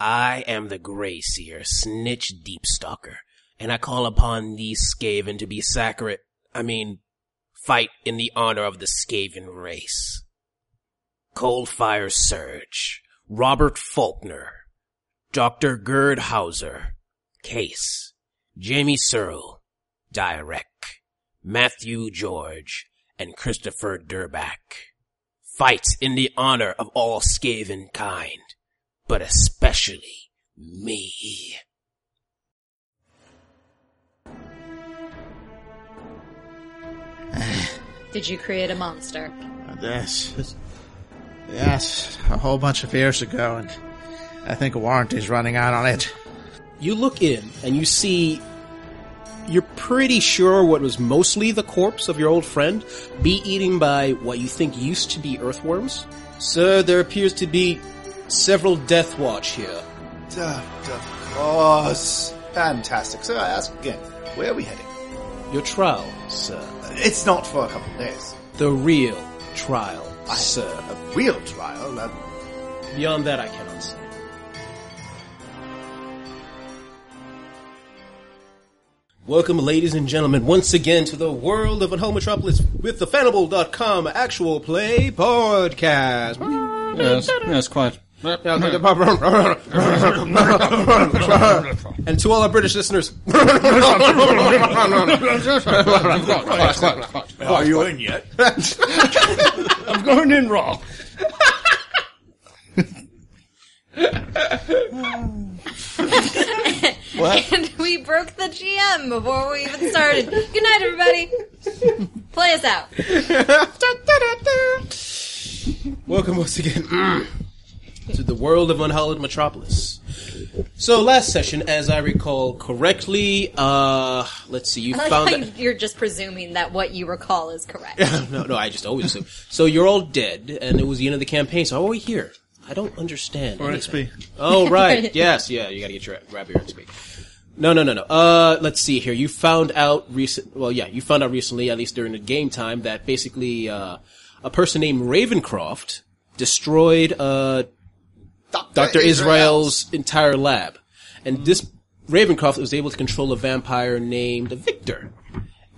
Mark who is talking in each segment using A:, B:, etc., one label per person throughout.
A: I am the Grey Seer, Snitch Deepstalker, and I call upon these Skaven to be sacred, I mean, fight in the honor of the Skaven race. Coldfire Surge, Robert Faulkner, Dr. Gerd Hauser, Case, Jamie Searle, Direct, Matthew George, and Christopher Durback. Fight in the honor of all Skaven kind, but especially me.
B: Did you create a monster?
C: This. Yes, a whole bunch of years ago, and I think a warranty's running out on it.
D: You look in and you see you're pretty sure what was mostly the corpse of your old friend be eaten by what you think used to be earthworms. Sir, there appears to be several Death Watch here.
E: Of, of course. Fantastic. So I ask again, where are we heading?
D: Your trial, sir.
E: It's not for a couple of days.
D: The real trial, sir.
E: A real trial. uh,
D: Beyond that, I cannot say. Welcome, ladies and gentlemen, once again to the world of Unhole Metropolis with the Fanable.com actual play podcast.
F: Yes, yes, quiet.
D: and to all our British listeners,
F: Are you in yet? I'm going in raw.
B: And we broke the GM before we even started. Good night, everybody. Play us out.
D: welcome once again to the world of Unhallowed Metropolis. So, last session, as I recall correctly, uh, let's see, you
B: I like
D: found
B: how
D: that-
B: you- you're just presuming that what you recall is correct.
D: no, no, I just always assume. So you're all dead, and it was the end of the campaign. So how are we here? I don't understand.
F: Or
D: anything.
F: XP.
D: Oh right, yes, yeah. You got to get your grab your XP. No, no, no, no. Uh, let's see here. You found out recent. Well, yeah, you found out recently, at least during the game time, that basically uh, a person named Ravencroft destroyed uh, Dr. Israel's entire lab. And this Ravencroft was able to control a vampire named Victor.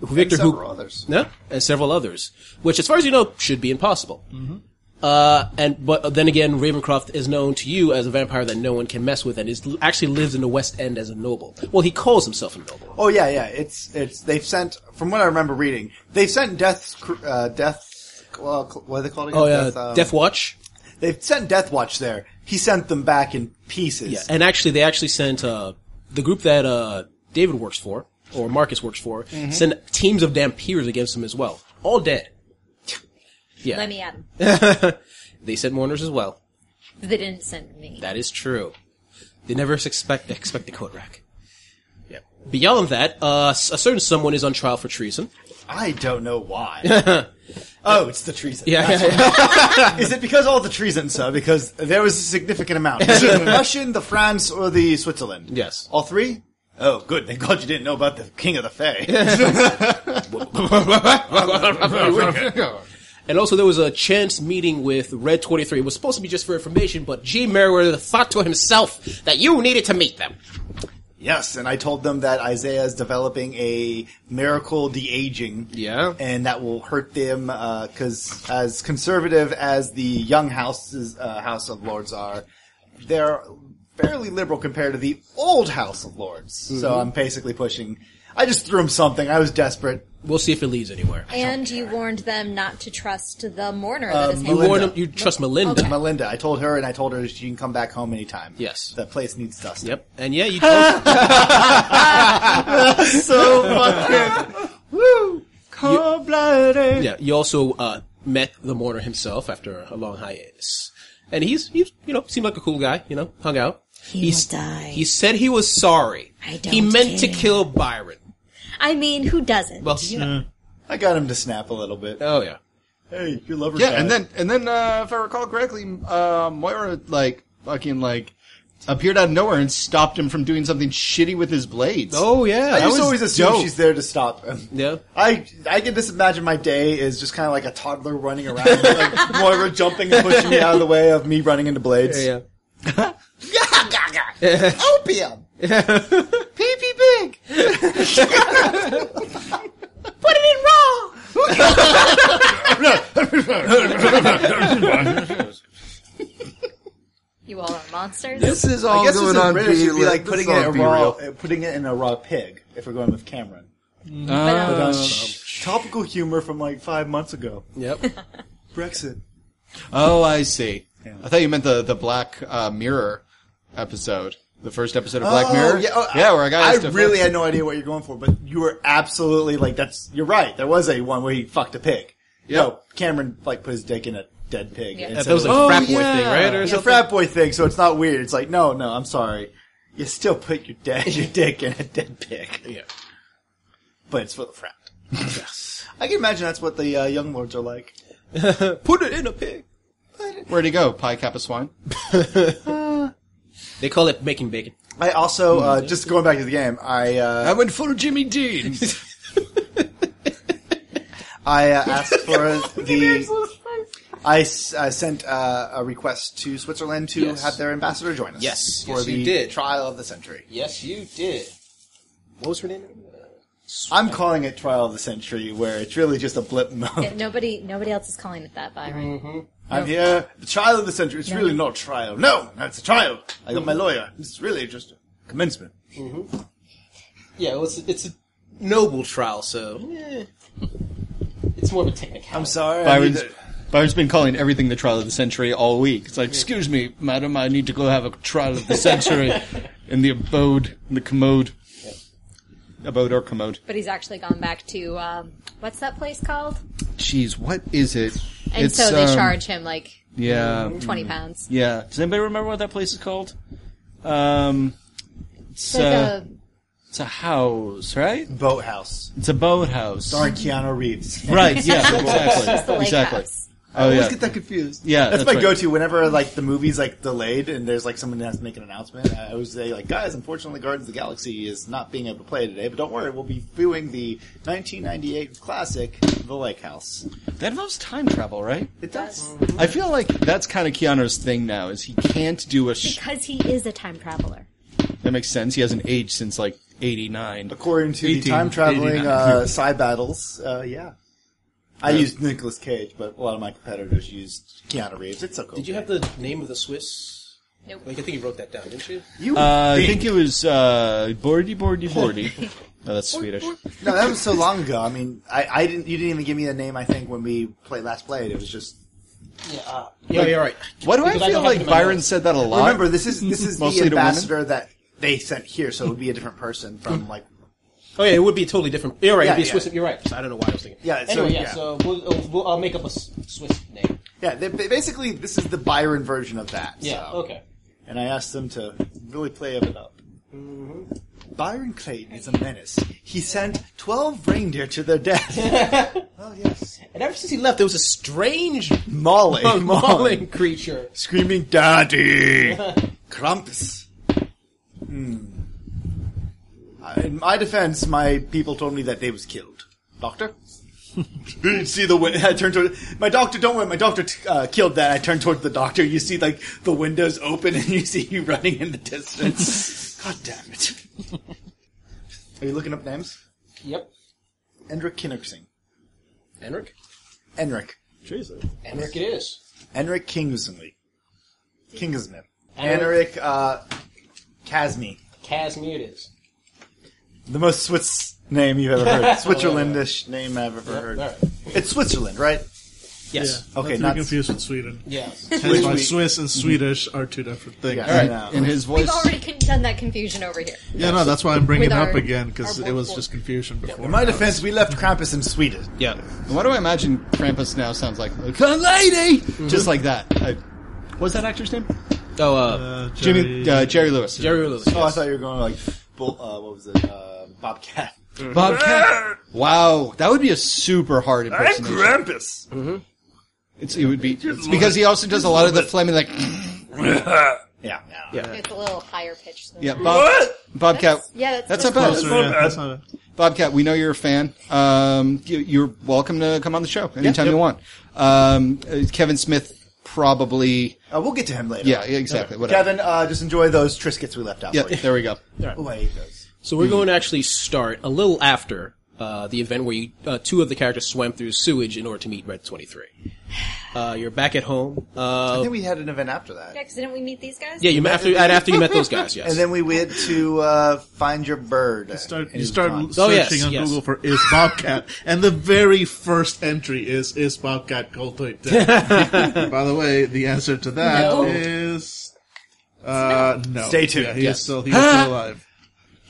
D: Victor
E: several
D: who
E: others.
D: Yeah, and several others, which as far as you know should be impossible.
E: Mm-hmm.
D: Uh, and but then again, Ravencroft is known to you as a vampire that no one can mess with, and is actually lives in the West End as a noble. Well, he calls himself a noble.
E: Oh yeah, yeah. It's it's they've sent from what I remember reading, they've sent death cr- uh, death. Well, cl- what are they called again?
D: Oh yeah,
E: death, um,
D: Death Watch.
E: They've sent Death Watch there. He sent them back in pieces.
D: Yeah, and actually, they actually sent uh, the group that uh, David works for or Marcus works for
E: Mm-hmm.
D: sent teams of dampiers against him as well. All dead. Yeah,
B: Let me at 'em.
D: they sent mourners as well.
B: They didn't send me.
D: That is true. They never expect expect a code rack. Yeah. Beyond that, uh, s- a certain someone is on trial for treason.
E: I don't know why. oh, it's the treason.
D: Yeah,
E: Is it because all the treason, sir? Because there was a significant amount. Is it the Russian, the France, or the Switzerland?
D: Yes.
E: All three? Oh, good. Thank God you didn't know about the King of the Fae.
D: And also, there was a chance meeting with Red Twenty Three. It was supposed to be just for information, but G. Merriweather thought to himself that you needed to meet them.
E: yes, and I told them that Isaiah is developing a miracle de-aging.
D: Yeah.
E: And that will hurt them, because as conservative as the young houses, uh, House of Lords are, they're fairly liberal compared to the old House of Lords.
D: Mm-hmm.
E: So I'm basically pushing... I just threw him something. I was desperate.
D: We'll see if it leads anywhere.
B: and you warned them not to trust the mourner
E: Uh,
B: that is
D: You
E: Melinda.
D: warn them. You trust Melinda.
B: Okay.
E: Melinda. I told her, and I told her she can come back home anytime.
D: Yes.
E: that place needs dust.
D: Yep. And yeah, you. Told,
E: So fucking woo, cold blooded.
D: yeah, you also uh, met the mourner himself after a long hiatus, and he's he's you know seemed like a cool guy. You know, hung out.
B: He
D: He
B: will
D: s-
B: die.
D: He said he was sorry.
B: I
D: he
B: don't
D: meant to
B: care.
D: kill Byron.
B: I mean, who doesn't?
D: Well, yeah.
E: I got him to snap a little bit.
D: oh yeah.
E: Hey, you love her.
F: Yeah, and then and then uh, if I recall correctly, uh, Moira like fucking like appeared out of nowhere and stopped him from doing something shitty with his blades.
D: Oh yeah.
E: I
D: That
E: just
D: was-
E: always assume
F: dope.
E: she's there to stop him.
D: yeah.
E: I I can just imagine my day is just kind of like a toddler running around, like Moira jumping and pushing me out of the way of me running into blades.
D: Yeah.
E: Opium! Pee-pee big!
B: Put it in raw. You all are monsters.
G: This is all
E: I guess
G: going
E: it's in
G: on
E: British,
G: B.
E: it'd be like
G: this is
E: putting it, in
G: all
E: a
G: B
E: raw,
G: real.
E: uh, putting it in a raw pig, if we're going with Cameron.
D: Uh,
B: But, um,
E: Topical humor from like five months ago.
D: Yep.
E: Brexit.
F: Oh, I see. I thought you meant the the Black uh, Mirror episode, the first episode of Black
E: Oh,
F: Mirror.
E: Yeah, oh,
F: yeah, where I got.
E: I really had no idea what you're going for, but you were absolutely like, that's, you're right. There was a one where he fucked a pig.
F: Yeah.
E: No, Cameron like put his dick in a dead pig.
B: Yeah.
E: and
B: That
E: said it
D: was a
F: Oh,
D: frat boy
F: yeah.
D: thing, right? Or
E: It's a
D: something?
E: frat boy thing, so it's not weird. It's like, no, no, I'm sorry. You still put your dad, your dick in a dead pig.
D: Yeah.
E: But it's for the frat. I can imagine that's what the uh, young lords are like.
D: Put it in a pig.
F: Where'd he go? Pie Kappa Swine.
D: They call it making bacon.
E: I also, uh,
D: Mm-hmm.
E: just going back to the game, I, uh,
F: went full Jimmy Dean.
E: I uh, asked for the. I, s- I sent uh, a request to Switzerland to
D: Yes.
E: have their ambassador join us.
D: Yes.
E: for
D: Yes,
E: the
D: you did.
E: trial of the century.
D: Yes, you did. What was her name?
E: I'm calling it trial of the century, where it's really just a blip mode.
B: yeah, nobody, nobody else is calling it that by right.
E: I'm here. The trial of the century. It's really not trial. No, that's a trial. I got my lawyer. It's really just a commencement.
D: Yeah, well, it's, it's a noble trial, so eh. it's more of a technical.
E: I'm sorry. I need
F: Byron's,
E: to-
F: Byron's been calling everything the trial of the century all week. It's like, excuse me, madam, I need to go have a trial of the century in the abode, in the commode. Abode or commode.
B: But he's actually gone back to um, what's that place called?
F: Jeez, what is it?
B: And
F: It's,
B: so they
F: um,
B: charge him like
F: Yeah.
B: twenty pounds.
F: Yeah. Does anybody remember what that place is called? Um, it's,
B: It's like
F: uh,
B: a
F: it's a house, right?
E: Boathouse.
F: It's a boathouse.
E: Starring Keanu Reeves.
F: Right, yeah,
B: it's the
F: exactly.
B: lake
F: exactly.
B: house.
F: Oh,
E: I always
F: yeah.
E: get that confused.
F: Yeah,
E: that's,
F: that's
E: my
F: right.
E: go-to. Whenever like the movie's like delayed and there's like someone that has to make an announcement, I always say like, "Guys, unfortunately, Guardians of the Galaxy is not being able to play today, but don't worry, we'll be viewing the 1998 classic, The Lake House."
F: That involves time travel, right?
E: It does.
F: I feel like that's kind of Keanu's thing now, is he can't do a... Sh-
B: because he is a time traveler.
F: that makes sense. He hasn't aged since, like, 89.
E: According to
F: 18,
E: the time traveling
F: 89.
E: uh, Psy battles, uh, yeah. I used Nicolas Cage, but a lot of my competitors used Keanu Reeves. It's okay.
D: Did you have the name of the Swiss?
B: Nope.
D: Like I think you wrote that down, didn't you?
E: You would
F: Uh, I
E: think-
F: think it was, uh, Bordy Bordy Bordy. No, that's Swedish.
E: no, that was so long ago. I mean, I, I didn't. You didn't even give me a name. I think when we played Last Played, it was just
D: Yeah. Uh, yeah. All right.
F: Why do I
D: Because I
F: feel
D: don't have
F: like
D: them in my
F: Byron
D: notes.
F: said that a lot?
E: Remember, this is this is the
F: Mostly to women?
E: ambassador that they sent here, so it would be a different person from like.
D: Oh yeah, it would be totally different. You're right.
E: Yeah,
D: it'd be
E: yeah.
D: Swiss. You're right. So I don't know why I was thinking.
E: Yeah, so,
D: Anyway, yeah.
E: yeah.
D: So we'll, uh, we'll, I'll make up a S- Swiss name.
E: Yeah, they, ba- basically, this is the Byron version of that.
D: Yeah.
E: so.
D: Okay.
E: And I asked them to really play it up. Byron Clayton is a menace. He sent twelve reindeer to their death.
D: And ever since he left, there was a strange
E: Molly,
D: Oh, mauling creature.
E: screaming, "Daddy, Krampus." Hmm. Uh, In my defense, my people told me that they was killed. Doctor, you see the win- I turned toward my doctor. Don't worry, my doctor t- uh, killed that. I turned towards the doctor. You see, like the windows open, and you see you running in the distance. God damn it! Are you looking up names?
D: Yep.
E: Enric Kinnerksing.
D: Enric.
E: Enric.
D: Enric. It is.
E: Enric Kingsman. Kingsman. Enric uh, Casmi.
D: Casimir. It is.
E: The most Swiss name you've ever heard. Switzerlandish name I've ever heard.
D: Oh, All right.
E: It's Switzerland, right?
D: Yes.
G: not to
E: Okay,
G: be
E: not-
G: confused with Sweden.
D: Yeah.
G: That's why
E: we-
G: Swiss and Swedish are two different things.
E: Yeah.
F: All right,
E: No.
F: in his voice...
B: We've already con- done that confusion over here.
G: Yeah, no, that's why I'm bringing
B: With
G: it up
B: our-
G: again because
B: our
G: it was
B: vocal-
G: just confusion before.
E: In my defense, we left Krampus in Sweden.
D: Yeah.
F: Why do I imagine Krampus now sounds like "Come, lady," just like that? Uh, I, what's that actor's name?
D: Oh, uh,
G: Uh, Jerry,
F: Jimmy uh, Jerry Lewis.
D: Jerry Lewis.
E: Oh, I thought you were going like, bull, uh, what was it? Uh, Bobcat.
D: Mm.
F: Bobcat. Wow, that would be a super hard impersonation. Mm-hmm.
G: Krampus.
F: It's, it would be it's because he also does a lot of the Fleming like
E: Yeah.
F: yeah
B: It's a little higher pitched. Than
F: yeah Bob, Bobcat.
B: Yeah, that's,
F: That's
B: that's
F: not bad.
G: Closer, yeah, that's not a-
F: Bobcat, we know you're a fan. Um, you, you're welcome to come on the show anytime you want. Um, uh, Kevin Smith probably
E: Uh, we'll get to him later.
F: yeah exactly whatever.
E: Kevin, uh, just enjoy those Triscuits we left out for
F: Yep,
E: you.
F: there we go.
E: Oh, I hate those.
D: So we're going to actually start a little after uh, the event where you, uh, two of the characters swam through sewage in order to meet Red 23. Uh, you're back at home.
E: I
D: Uh,
E: think we had an event after that.
B: Yeah, 'cause didn't we meet these guys?
D: yeah, you met after, and after you met those guys, yes.
E: And then we went to uh, find your bird.
G: Start,
E: And
G: you
E: it was
G: start
E: gone.
G: searching
D: Oh, yes,
G: on
D: yes.
G: Google for is Bobcat, and the very first entry is is Bobcat Goldthwait dead? By the way, the answer to that
B: No.
G: is uh, no.
E: Stay tuned,
G: Yeah, he
D: yes.
G: is still he is
D: Ah!
G: still alive.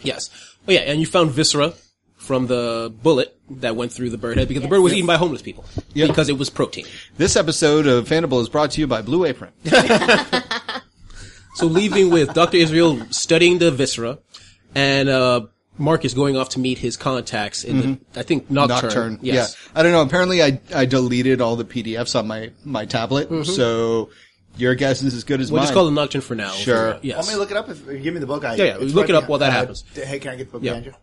D: Yes. Oh yeah, and you found viscera from the bullet that went through the bird head because the bird was eaten by homeless people because it was protein.
F: This episode of Fandible is brought to you by Blue Apron.
D: So leaving with Dr. Israel studying the viscera and uh Mark is going off to meet his contacts in the, I think Nocturne.
F: Mm-hmm. Nocturne.
D: Yes.
F: Yeah. I don't know. Apparently, I I deleted all the PDFs on my my tablet, so your guess is as good as
D: We'll
F: mine.
D: just call it Nocturne for now.
F: Sure.
D: Yes.
E: Want me to look it up? If, give me the book. I,
D: Yeah, yeah,
E: it's
D: look it up
E: behind-
D: while that
E: uh,
D: happens.
E: d- Hey, can I get the book
D: Yeah.
E: behind you?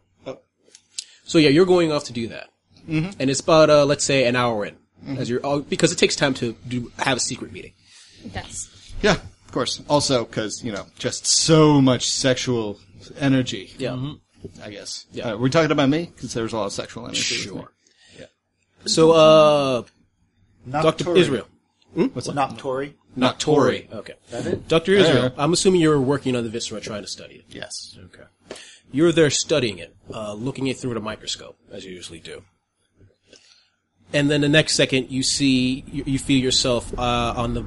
D: So yeah, you're going off to do that,
F: Mm-hmm.
D: and it's about uh, let's say an hour in, as you're all, because it takes time to do have a secret meeting.
B: Yes.
F: Yeah, of course. Also, because you know, just so much sexual energy.
D: Yeah.
F: I guess.
D: Yeah.
F: Uh, we're talking about me because there's a lot of sexual energy. Sure.
D: So uh, Doctor
E: Nocturne.
D: Israel,
E: Noctori.
D: not Tori.
F: Oh,
D: Okay. Doctor Israel, I'm assuming you're working on the viscera, trying to study it.
F: Yes.
D: Okay. You're there studying it, uh, looking it through the microscope, as you usually do. And then the next second, you see, you, you feel yourself uh, on the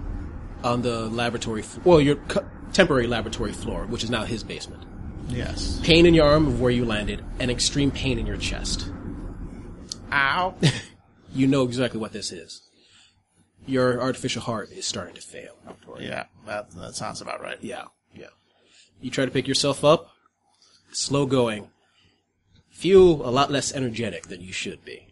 D: on the laboratory, f- well, your cu- temporary laboratory floor, which is now his basement.
G: Yes.
D: Pain in your arm of where you landed, and extreme pain in your chest. Ow! you know exactly what this is. Your artificial heart is starting to fail.
G: Yeah, that, that sounds about right.
D: Yeah, yeah. You try to pick yourself up. Slow going. Feel a lot less energetic than you should be.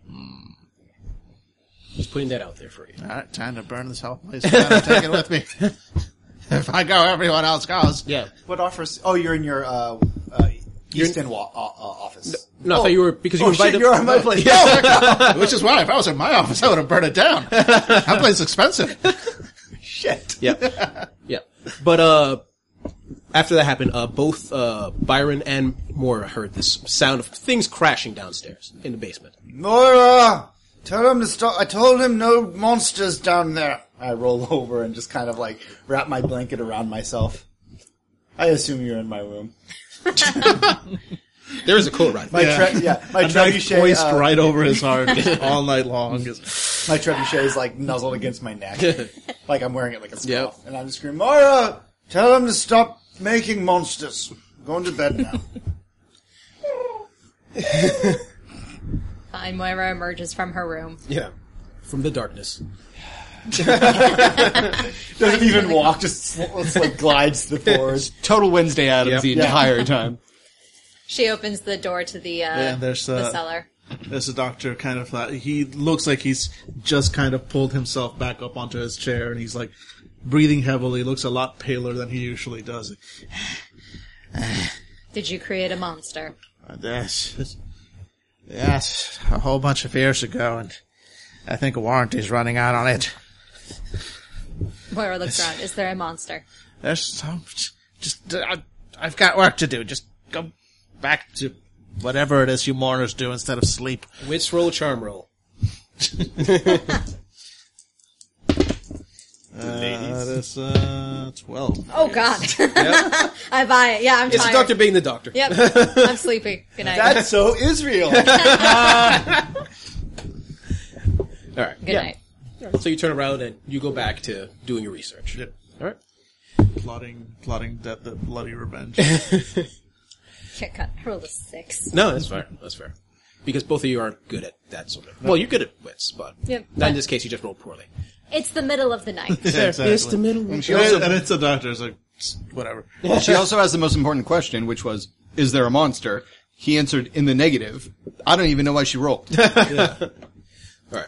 D: Just putting that out there for you.
G: All right, time to burn this whole place down and take it with me. if I go, everyone else goes.
D: Yeah.
E: What offers? Oh, you're in your uh, uh, Easton wa- uh, uh, office.
D: No, I thought you were because you
E: Oh,
D: invited.
E: shit, you're on my place.
G: Which is why if I was in my office, I would have burned it down. that place is expensive.
E: Oh, shit.
D: yeah, yeah. But uh, after that happened, uh, both uh, Byron and Mora heard this sound of things crashing downstairs in the basement.
E: Nora, tell him to stop. I told him no monsters down there. I roll over and just kind of like wrap my blanket around myself. I assume you're in my room.
D: There is a cool ride.
E: My yeah, tre- yeah my trebuchet,
G: Voiced
E: uh,
G: right over his heart all night long.
E: my trebuchet is like nuzzled against my neck, like I'm wearing it like a scarf,
D: Yep.
E: and I'm just screaming, Mara, tell him to stop making monsters. I'm going to bed now.
B: Fine, Moira emerges from her room.
D: Yeah, from the darkness.
E: Doesn't even walk, just sl- it's like glides to the floor.
F: Total Wednesday Adams the
E: Yeah.
F: entire time.
B: She opens the door to the, uh,
G: and there's,
B: the
G: uh,
B: cellar.
G: There's a doctor kind of like, he looks like he's just kind of pulled himself back up onto his chair and he's like breathing heavily, looks a lot paler than he usually does.
B: Did you create a monster?
C: Yes. Yes, a whole bunch of years ago, and I think a warranty's running out on it.
B: Moira looks around. Is there a monster?
C: There's some. Just, I, I've got work to do. Just go back to whatever it is you mourners do instead of sleep.
D: Wits roll, charm roll.
G: Uh, that's, uh, 12.
B: Oh God! I buy it. Yeah, I'm
D: It's the
B: tired.
D: doctor being the doctor.
B: Yep, I'm sleepy. Good night.
E: That's so Israel.
D: All right.
B: Good night.
D: So you turn around and you go back to doing your research.
G: Yep.
D: All right.
G: Plotting, plotting death, the bloody revenge.
B: Shit, cut. I rolled a six.
D: No, that's fair. That's fair. Because both of you aren't good at that sort of. Well, you're good at wits, but
B: Yeah,
D: not
B: but-
D: in this case. You just rolled poorly.
B: It's the middle of the night.
D: It's the middle. Of-
G: And, it- and it's a doctor, it's like, "Psst, whatever.
F: she also has the most important question, which was, "Is there a monster?" He answered in the negative. I don't even know why she rolled.
D: All right.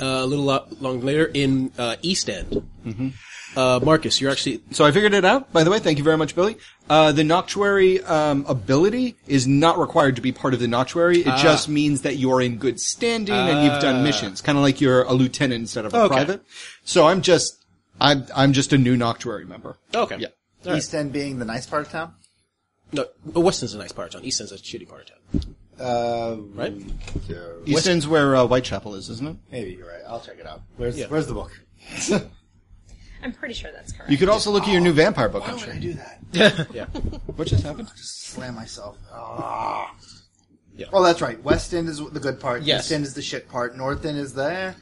D: Uh, a little lo- long later in uh, East End. Uh, Marcus, you're actually
F: So I figured it out. By the way, thank you very much, Billy. Uh, the Noctuary um, ability is not required to be part of the Noctuary.
D: Ah.
F: It just means that you are in good standing and you've done missions, kind of like you're a lieutenant instead of a
D: Okay.
F: private. So I'm just, I'm, I'm just a new Noctuary member.
D: oh, okay.
F: Yeah.
E: East End being the nice part of town.
D: No, West End's a nice part of town. East End's a shitty part of town,
E: Uh,
D: right?
F: East End's where uh, Whitechapel is, isn't it?
E: maybe you're right. I'll check it out. Where's Where's the book?
B: I'm pretty sure that's correct.
F: You could also look at your new vampire book. I'm
E: Why
F: sure.
E: would I do that?
F: What just happened?
E: Slam myself. Ah. Oh, that's right. West End is the good part.
D: Yes.
E: East End is the shit part. North End is there,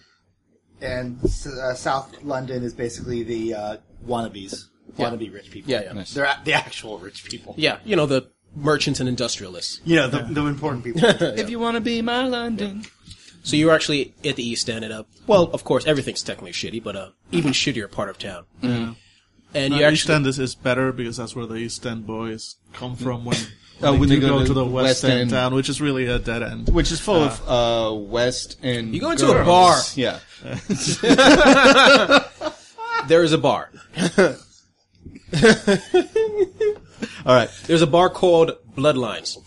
E: and uh, South London is basically the uh, wannabes, wannabe rich people.
D: Yeah, yeah. Nice.
E: They're a- the actual rich people.
D: Yeah, you know the merchants and industrialists.
E: You know the, the important people.
F: If you want to be my London.
D: So you're actually at the East End, and uh, well, of course, everything's technically shitty, but a even shittier part of town. And you
G: Uh, East
D: actually
G: End is, is better because that's where the East End boys come from when,
F: Uh,
G: when
F: when
G: they
F: they
G: do
F: go
G: go,
F: to
G: to the
F: West
G: West, End,
F: End.
G: town, which is really a dead end.
F: Which is full of uh, West and
D: Ah. You go into a bar.
F: Yeah.
D: there is a bar.
F: All right.
D: There's a bar called Bloodlines.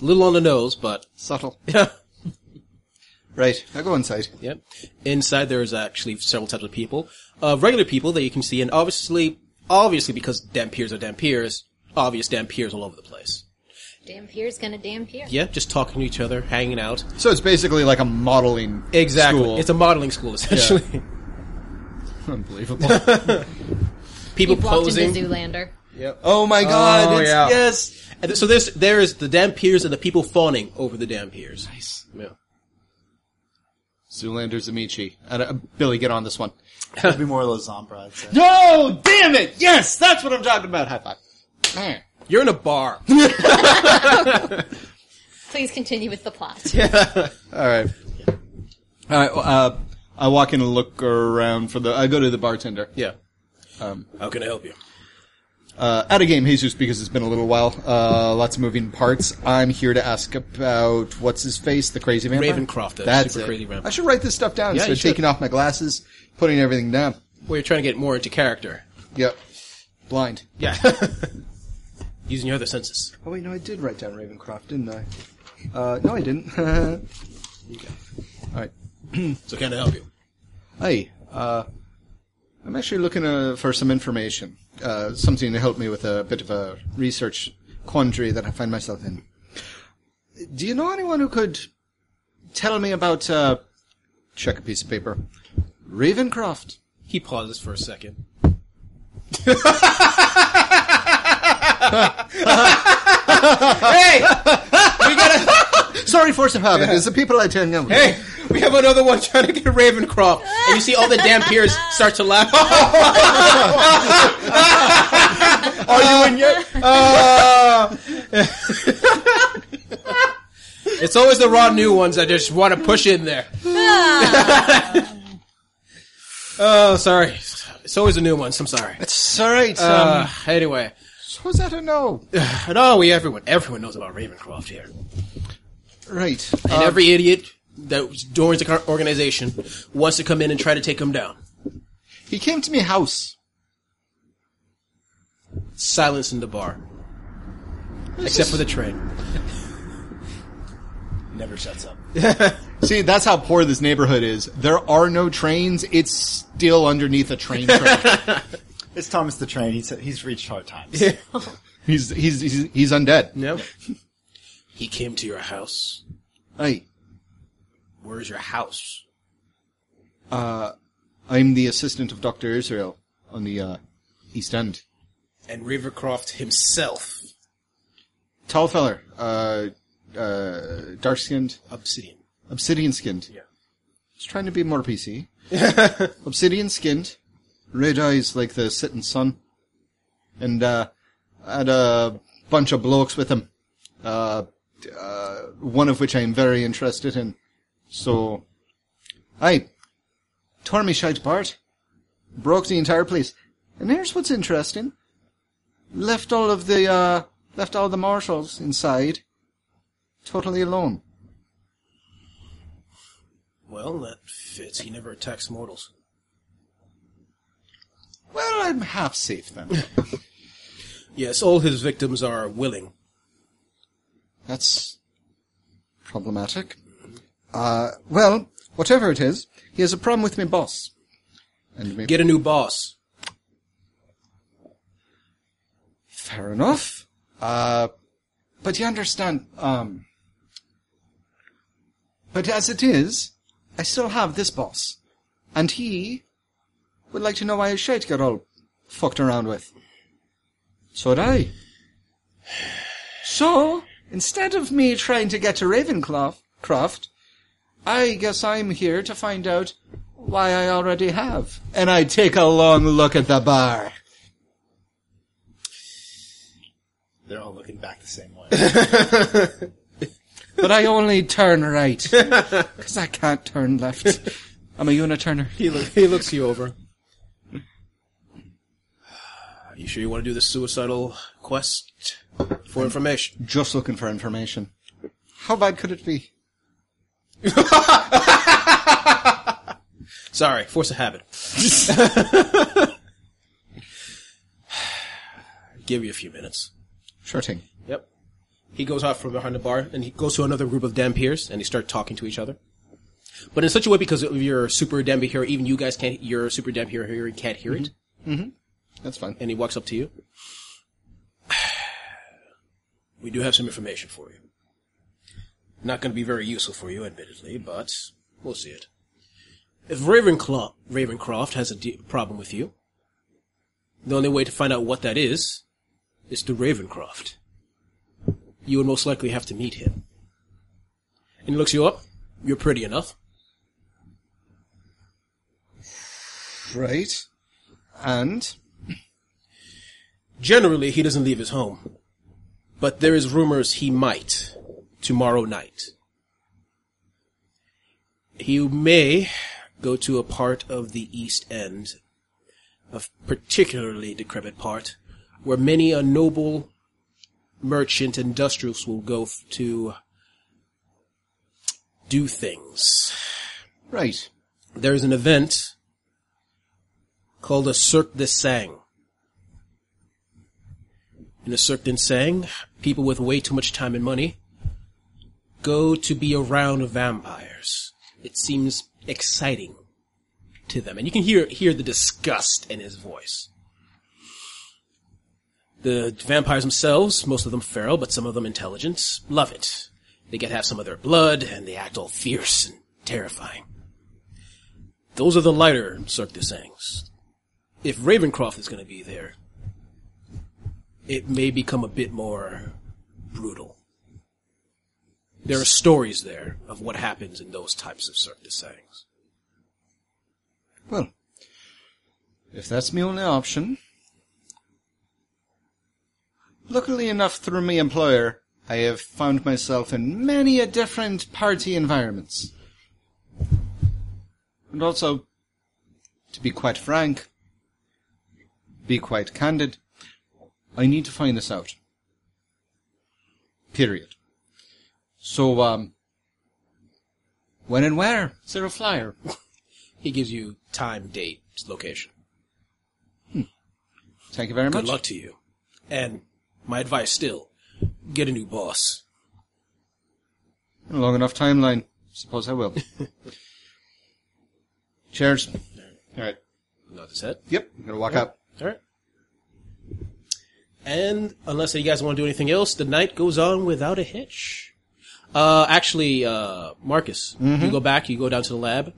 D: A little on the nose, but
F: Subtle.
D: yeah.
F: Right. Now go inside.
D: Yep. Inside there is actually several types of people. Uh, regular people that you can see, and obviously, obviously because Dampiers are Dampiers, obvious Dampiers all over the place.
B: Damn peer's gonna damn peer.
D: Yeah, just talking to each other, hanging out.
F: So it's basically like a modeling
D: Exactly.
F: school.
D: It's a modeling school, essentially.
F: Unbelievable.
D: people
B: You've walked
D: posing.
B: into Zoolander.
F: Oh my god.
D: Oh,
F: it's-
D: yeah.
F: yeah.
D: Yes. And th- so there's there is the Dampiers and the people fawning over the Dampiers. Nice. Yeah.
F: Zoolander's Amici. And, uh, Billy, get on this one.
E: It'd be more of those Zombra. I'd say.
F: No! Oh, Damn it! Yes! That's what I'm talking about. High five. Mm.
D: You're in a bar.
B: Please continue with the plot.
F: All right. All right. well, Uh, I walk in and look around for the. I go to the bartender.
D: yeah.
F: um,
D: How can I help you?
F: Uh, out of game, Jesus, because it's been a little while. Uh, lots of moving parts. I'm here to ask about what's his face, the crazy vampire.
D: Ravencroft, the
F: That's
D: super
F: it.
D: crazy vampire.
F: I should write this stuff down.
D: Yeah,
F: instead
D: you
F: of
D: should.
F: taking off my glasses, putting everything down.
D: Well, you're trying to get more into character
F: Yep. Blind.
D: Yeah. using your other senses.
F: Oh wait, no, I did write down Ravencroft, didn't I? Uh, no, I didn't. All right.
D: So can I help you?
F: Hey, uh, I'm actually looking uh, for some information, uh, something to help me with a bit of a research quandary that I find myself in. Do you know anyone who could tell me about? Uh, check a piece of paper. Ravencroft.
D: He pauses for a second.
F: Hey, we gotta. Sorry for some habit. It's the people I turn down.
D: Hey, we have another one trying to get Ravencroft, and you see all the Dampiers start to laugh.
F: are you in yet?
D: Uh. it's always the raw new ones that just want to push in there.
F: Ah.
D: oh, sorry. It's always the new ones. I'm sorry.
F: It's all right. um,
D: Uh, anyway,
F: was that a no?
D: no, we everyone everyone knows about Ravencroft here,
F: Right.
D: and every idiot that joins the cur- organization wants to come in and try to take him down.
F: He came to me house.
D: Silence in the bar, except for the train.
E: Never shuts up.
F: See, that's how poor this neighborhood is. There are no trains. It's still underneath a train track.
E: It's Thomas the Train. He's he's reached hard times.
F: he's, he's he's he's undead.
D: No. he came to your house.
F: I
D: Where's your house?
F: I'm the assistant of Doctor Israel on the uh, East End.
D: And Ravencroft himself,
F: Tall feller, uh, uh, dark skinned,
D: Obsidian.
F: obsidian skinned. Yeah. Just trying to be more PC. obsidian skinned, red eyes like the setting sun, and uh, had a bunch of blokes with him. Uh, uh, one of which I am very interested in. So, I tore me shite apart, broke the entire place. And here's what's interesting: left all of the uh, left all the marshals inside, totally alone.
D: Well, that fits. He never attacks mortals.
F: Well, I'm half safe then.
D: Yes, all his victims are willing.
F: That's problematic. Uh, well, whatever it is, he has a problem with me boss. And me
D: Get a new boss.
F: Fair enough. Uh, but you understand, um, but as it is, I still have this boss. And he would like to know why his shit got all fucked around with. So would I. So, instead of me trying to get to Ravencroft, Croft, I guess I'm here to find out why I already have. And I take a long look at the bar.
E: They're all looking back the same way.
F: but I only turn right because I can't turn left. I'm a uniturner.
D: He, look, he looks you over. You sure you want to do this suicidal quest for information?
F: Just looking for information. How bad could it be?
D: Sorry, force of habit. Give you a few minutes.
F: Sure thing.
D: Yep. He goes out from behind the bar and he goes to another group of Dampiers and they start talking to each other. But in such a way because of your super Dampier, even you guys can't, your super Dampier here can't hear it.
F: That's fine.
D: and he walks up to you. We do have some information for you. Not going to be very useful for you, admittedly, but we'll see it. If Ravenclaw, Ravencroft has a de- problem with you, the only way to find out what that is is through Ravencroft. You would most likely have to meet him. And he looks you up. You're pretty enough.
F: Right. And
D: Generally, he doesn't leave his home. But there is rumors he might tomorrow night. He may go to a part of the East End, a particularly decrepit part, where many a noble merchant industrialist will go f- to do things
F: right.
D: there is an event called a Cirque de Sang. In a Cirque de Sang, people with way too much time and money go to be around vampires. It seems exciting to them, and you can hear hear the disgust in his voice. The vampires themselves, most of them feral, but some of them intelligent, love it. They get to have some of their blood, and they act all fierce and terrifying. Those are the lighter Cirque du Sangs. If Ravencroft is going to be there, it may become a bit more brutal. There are stories there of what happens in those types of Cirque du Sangs.
F: Well, if that's my only option. Luckily enough, through my employer, I have found myself in many a different party environments. And also, to be quite frank, be quite candid, I need to find this out. Period. So, um, when and where? Is there a flyer?
D: He gives you time, date, location.
F: Thank you very much.
D: Good luck to you. And my advice still, get a new boss.
F: A long enough timeline. Suppose I will. Cheers. All right.
D: Not his head.
F: Yep. I'm gonna walk out.
D: All right. And unless you guys want to do anything else, the night goes on without a hitch. Uh, actually, uh, Marcus,
H: Mm-hmm.
D: you go back, you go down to the lab.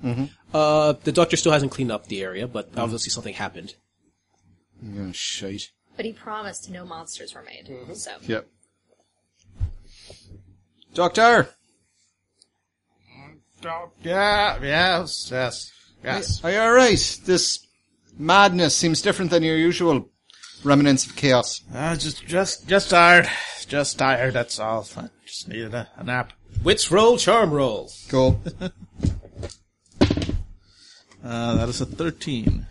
D: Uh, the doctor still hasn't cleaned up the area, but
H: Mm-hmm.
D: obviously something happened.
F: Oh, shite.
B: But he promised no monsters were made.
E: Mm-hmm.
B: So
F: Yep. Doctor.
C: Yeah, yes, yes, yes.
F: Are you all right? This madness seems different than your usual remnants of chaos.
C: Uh, just, just, just tired. Just tired, that's all. I just needed a, a nap.
D: Wits roll, charm roll.
F: Go.
G: Uh, that is a 13.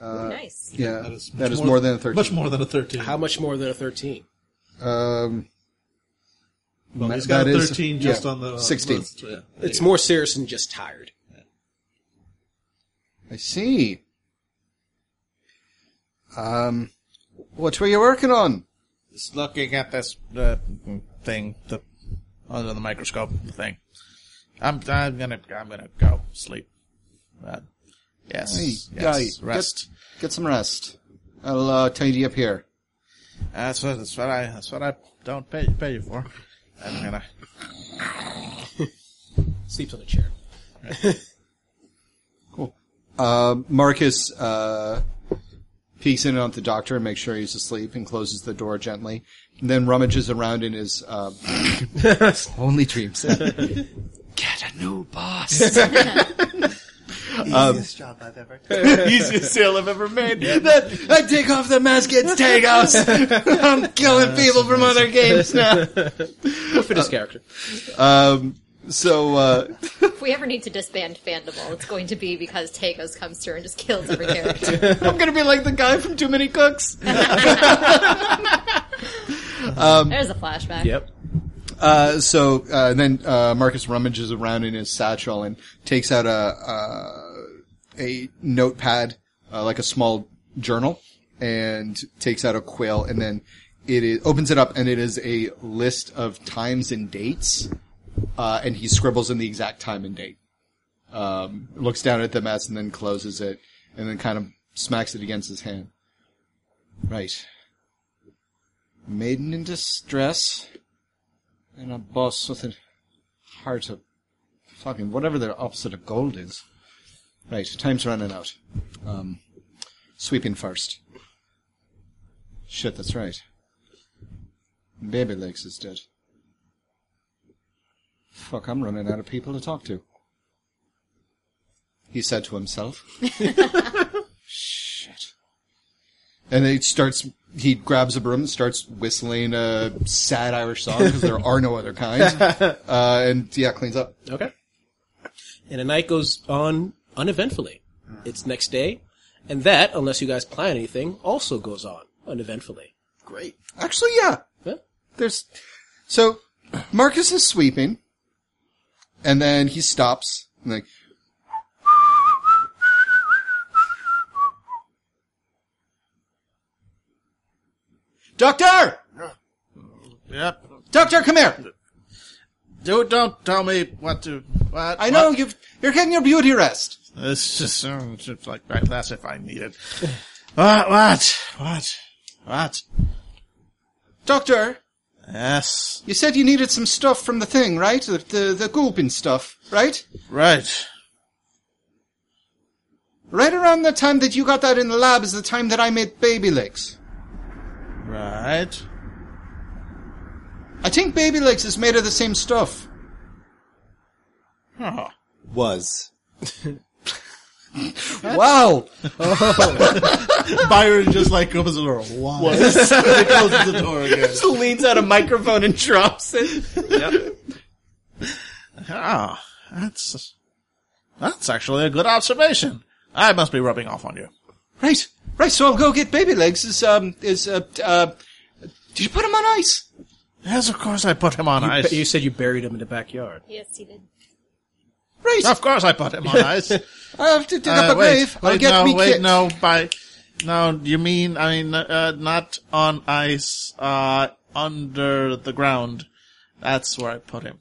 B: nice.
F: Yeah. That is,
G: is
F: more, than a thirteen.
G: Much more than a 13.
D: How much more than a 13?
F: Um,
C: Well,
F: Ma-
C: he's got
F: Um, that
C: a
F: is-
C: 13 just
F: yeah,
C: on the
F: 16.
C: list, yeah.
D: It's more serious than just tired.
F: I see. Um, what were you working on?
G: Just looking at this uh, thing, the under the microscope thing. I'm I'm gonna I'm gonna go sleep. Uh, yes,
F: Hey, guy,
G: yes, rest.
F: Get, get some rest. I'll uh, tidy up here.
G: That's what that's what I that's what I don't pay pay you for. I'm gonna
D: Sleeps on a chair.
F: Uh, Marcus uh, peeks in on the doctor and makes sure he's asleep and closes the door gently. And then rummages around in his uh, only dreams.
H: Get a new boss.
E: Easiest job I've ever.
H: Easiest sale I've ever made. That, I take off the mask, it's Tagos. I'm killing people from other games now.
D: For this character.
F: um, so uh,
B: If we ever need to disband Fandible, it's going to be because Tagos comes through and just kills every character.
H: I'm gonna be like the guy from Too Many Cooks.
B: There's a flashback.
D: Yep.
F: Uh, so uh, and then uh, Marcus rummages around in his satchel and takes out a a, a notepad, uh, like a small journal, and takes out a quill, and then it is, opens it up, and it is a list of times and dates, uh, and he scribbles in the exact time and date. Um, looks down at the mess and then closes it, and then kind of smacks it against his hand. Right. Maiden in distress and a boss with a heart of fucking whatever the opposite of gold is. Right, time's running out. Um, sweeping first. Shit, that's right. Baby legs is dead. Fuck, I'm running out of people to talk to. He said to himself. Shit. And then he starts. He grabs a broom and starts whistling a sad Irish song because there are no other kinds. Uh, and yeah, cleans up.
D: Okay. And the night goes on uneventfully. It's next day, and that, unless you guys plan anything, also goes on uneventfully.
E: Great.
F: Actually, yeah.
D: Yeah.
F: There's so Marcus is sweeping, and then he stops. And like, doctor,
G: Yep.
F: doctor, come here.
G: Dude, don't tell me what to what
F: I know
G: what-
F: you've you're getting your beauty rest.
G: It's just, uh, it's just like back that's if I need it. What what? What? What?
F: Doctor,
G: Yes.
F: you said you needed some stuff from the thing, right? The the, the gulpin stuff, right?
G: Right.
F: Right around the time that you got that in the lab is the time that I made baby legs.
G: Right.
F: I think baby legs is made of the same stuff.
G: Oh.
E: Was.
F: Wow.
C: Byron just like opens the door. Why? he closes the door again.
H: Just leans out a microphone and drops it.
G: Oh, that's that's actually a good observation. I must be rubbing off on you.
F: Right, right. So I'll go get baby legs. Is um is uh, t- uh did you put him on ice?
G: Yes, of course I put him on
D: You,
G: ice.
D: you said you buried him in the backyard.
B: Yes, he did.
F: Right.
G: Of course I put him on ice. uh,
F: I have to dig up a grave. I'll
G: wait,
F: get
G: no,
F: me
G: wait,
F: kit.
G: no, by no, you mean I mean uh, not on ice, uh, under the ground. That's where I put him.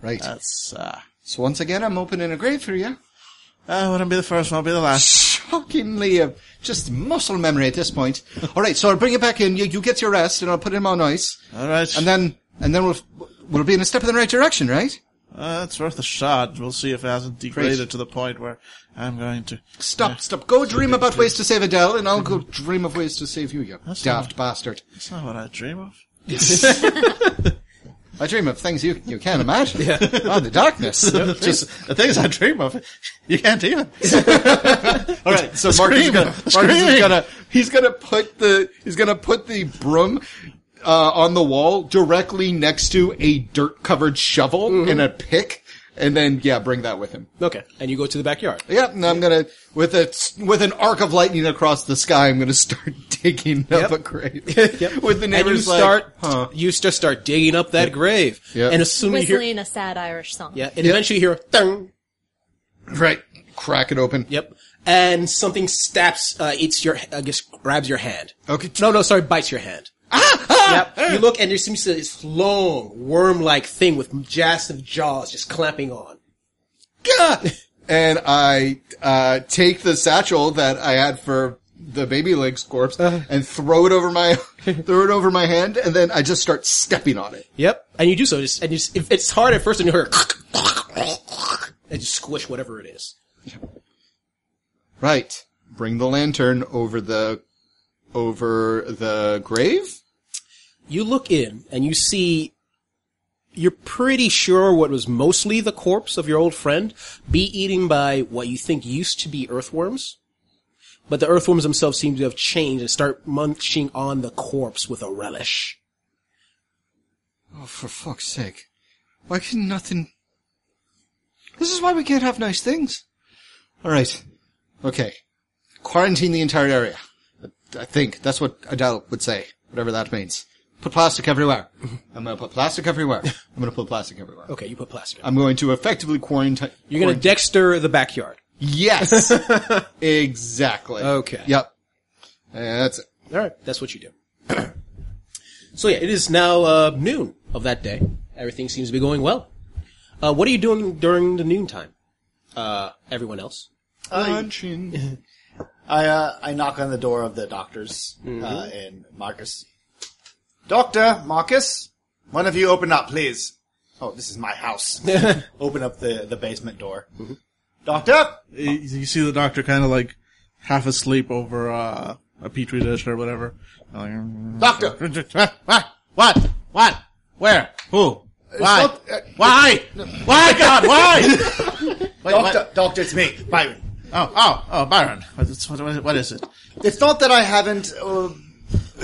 F: Right.
G: That's uh,
F: So once again, I'm opening a grave for you.
G: I wouldn't be the first one, I'll be the last.
F: Shockingly, uh, just muscle memory at this point. All right, so I'll bring it back in. You you get your rest, and I'll put him on ice,
G: All right,
F: and then and then we'll we'll be in a step in the right direction, right?
G: uh, it's worth a shot. We'll see if it hasn't degraded to the point where I'm going to.
F: Stop, stop. Go dream about ways to save Adele, and I'll go dream of ways to save you, you daft bastard.
G: That's not what I dream of.
F: I dream of things you you can't imagine. Oh, the darkness.
G: Just the things I dream of. You can't even.
F: All right, so Marcus is,
G: Screaming.
F: gonna, Marcus is
G: Screaming.
F: gonna he's gonna put the he's gonna put the broom uh, on the wall directly next to a dirt covered shovel and a pick, and then yeah, bring that with him.
D: Okay, and you go to the backyard.
F: Yep, and I'm gonna with a s- with an arc of lightning across the sky. I'm gonna start digging up a grave with the
D: And you
F: neighbors.
D: start,
F: like, huh.
D: you just start digging up that grave,
F: Yep.
D: and as soon as you hear,
B: Whistling a sad Irish song.
D: yeah, and eventually you hear, thung,
F: right? Crack it open.
D: yep, and something stabs, uh, eats your, I guess, grabs your hand.
F: Okay.
D: No, no, sorry, bites your hand. Yep. You look, and there seems to this long, worm-like thing with massive jaws just clamping on.
F: Gah! And I uh, take the satchel that I had for the baby legs corpse
D: Uh-huh.
F: and throw it over my throw it over my hand, and then I just start stepping on it.
D: Yep. And you do so, just, and you, just- if it's hard at first, and you hear, and just squish whatever it is.
F: Right. Bring the lantern over the over the grave.
D: you look in and you see you're pretty sure what was mostly the corpse of your old friend be eaten by what you think used to be earthworms but the earthworms themselves seem to have changed and start munching on the corpse with a relish
F: Oh, for fuck's sake! Why can nothing? This is why we can't have nice things. All right. Okay. Quarantine the entire area. I- I think that's what Adele would say, whatever that means. Put plastic everywhere. I'm gonna put plastic everywhere. I'm gonna put plastic everywhere.
D: okay you put plastic in.
F: I'm going to effectively quarantine.
D: you're gonna dexter the backyard
F: Yes. exactly.
D: Okay.
F: Yep. And that's it.
D: all right that's what you do so yeah it is now uh, noon of that day everything seems to be going well uh, what are you doing during the noon time uh, everyone else
E: I uh, I knock on the door of the doctor's uh, and Marcus. Doctor Marcus, one of you open up, please. Oh, this is my house. open up the, the basement door. Doctor,
G: You you see the doctor kind of like half asleep over uh, a petri dish or whatever. Like, mm.
E: doctor,
G: what? What? What? Where? Who? Why?
E: not- uh,
G: why? why? God? Why?
E: doctor, doctor, it's me, Byron.
G: oh, oh, oh, Byron. What is- what- what- what is it?
E: It's not that I haven't uh,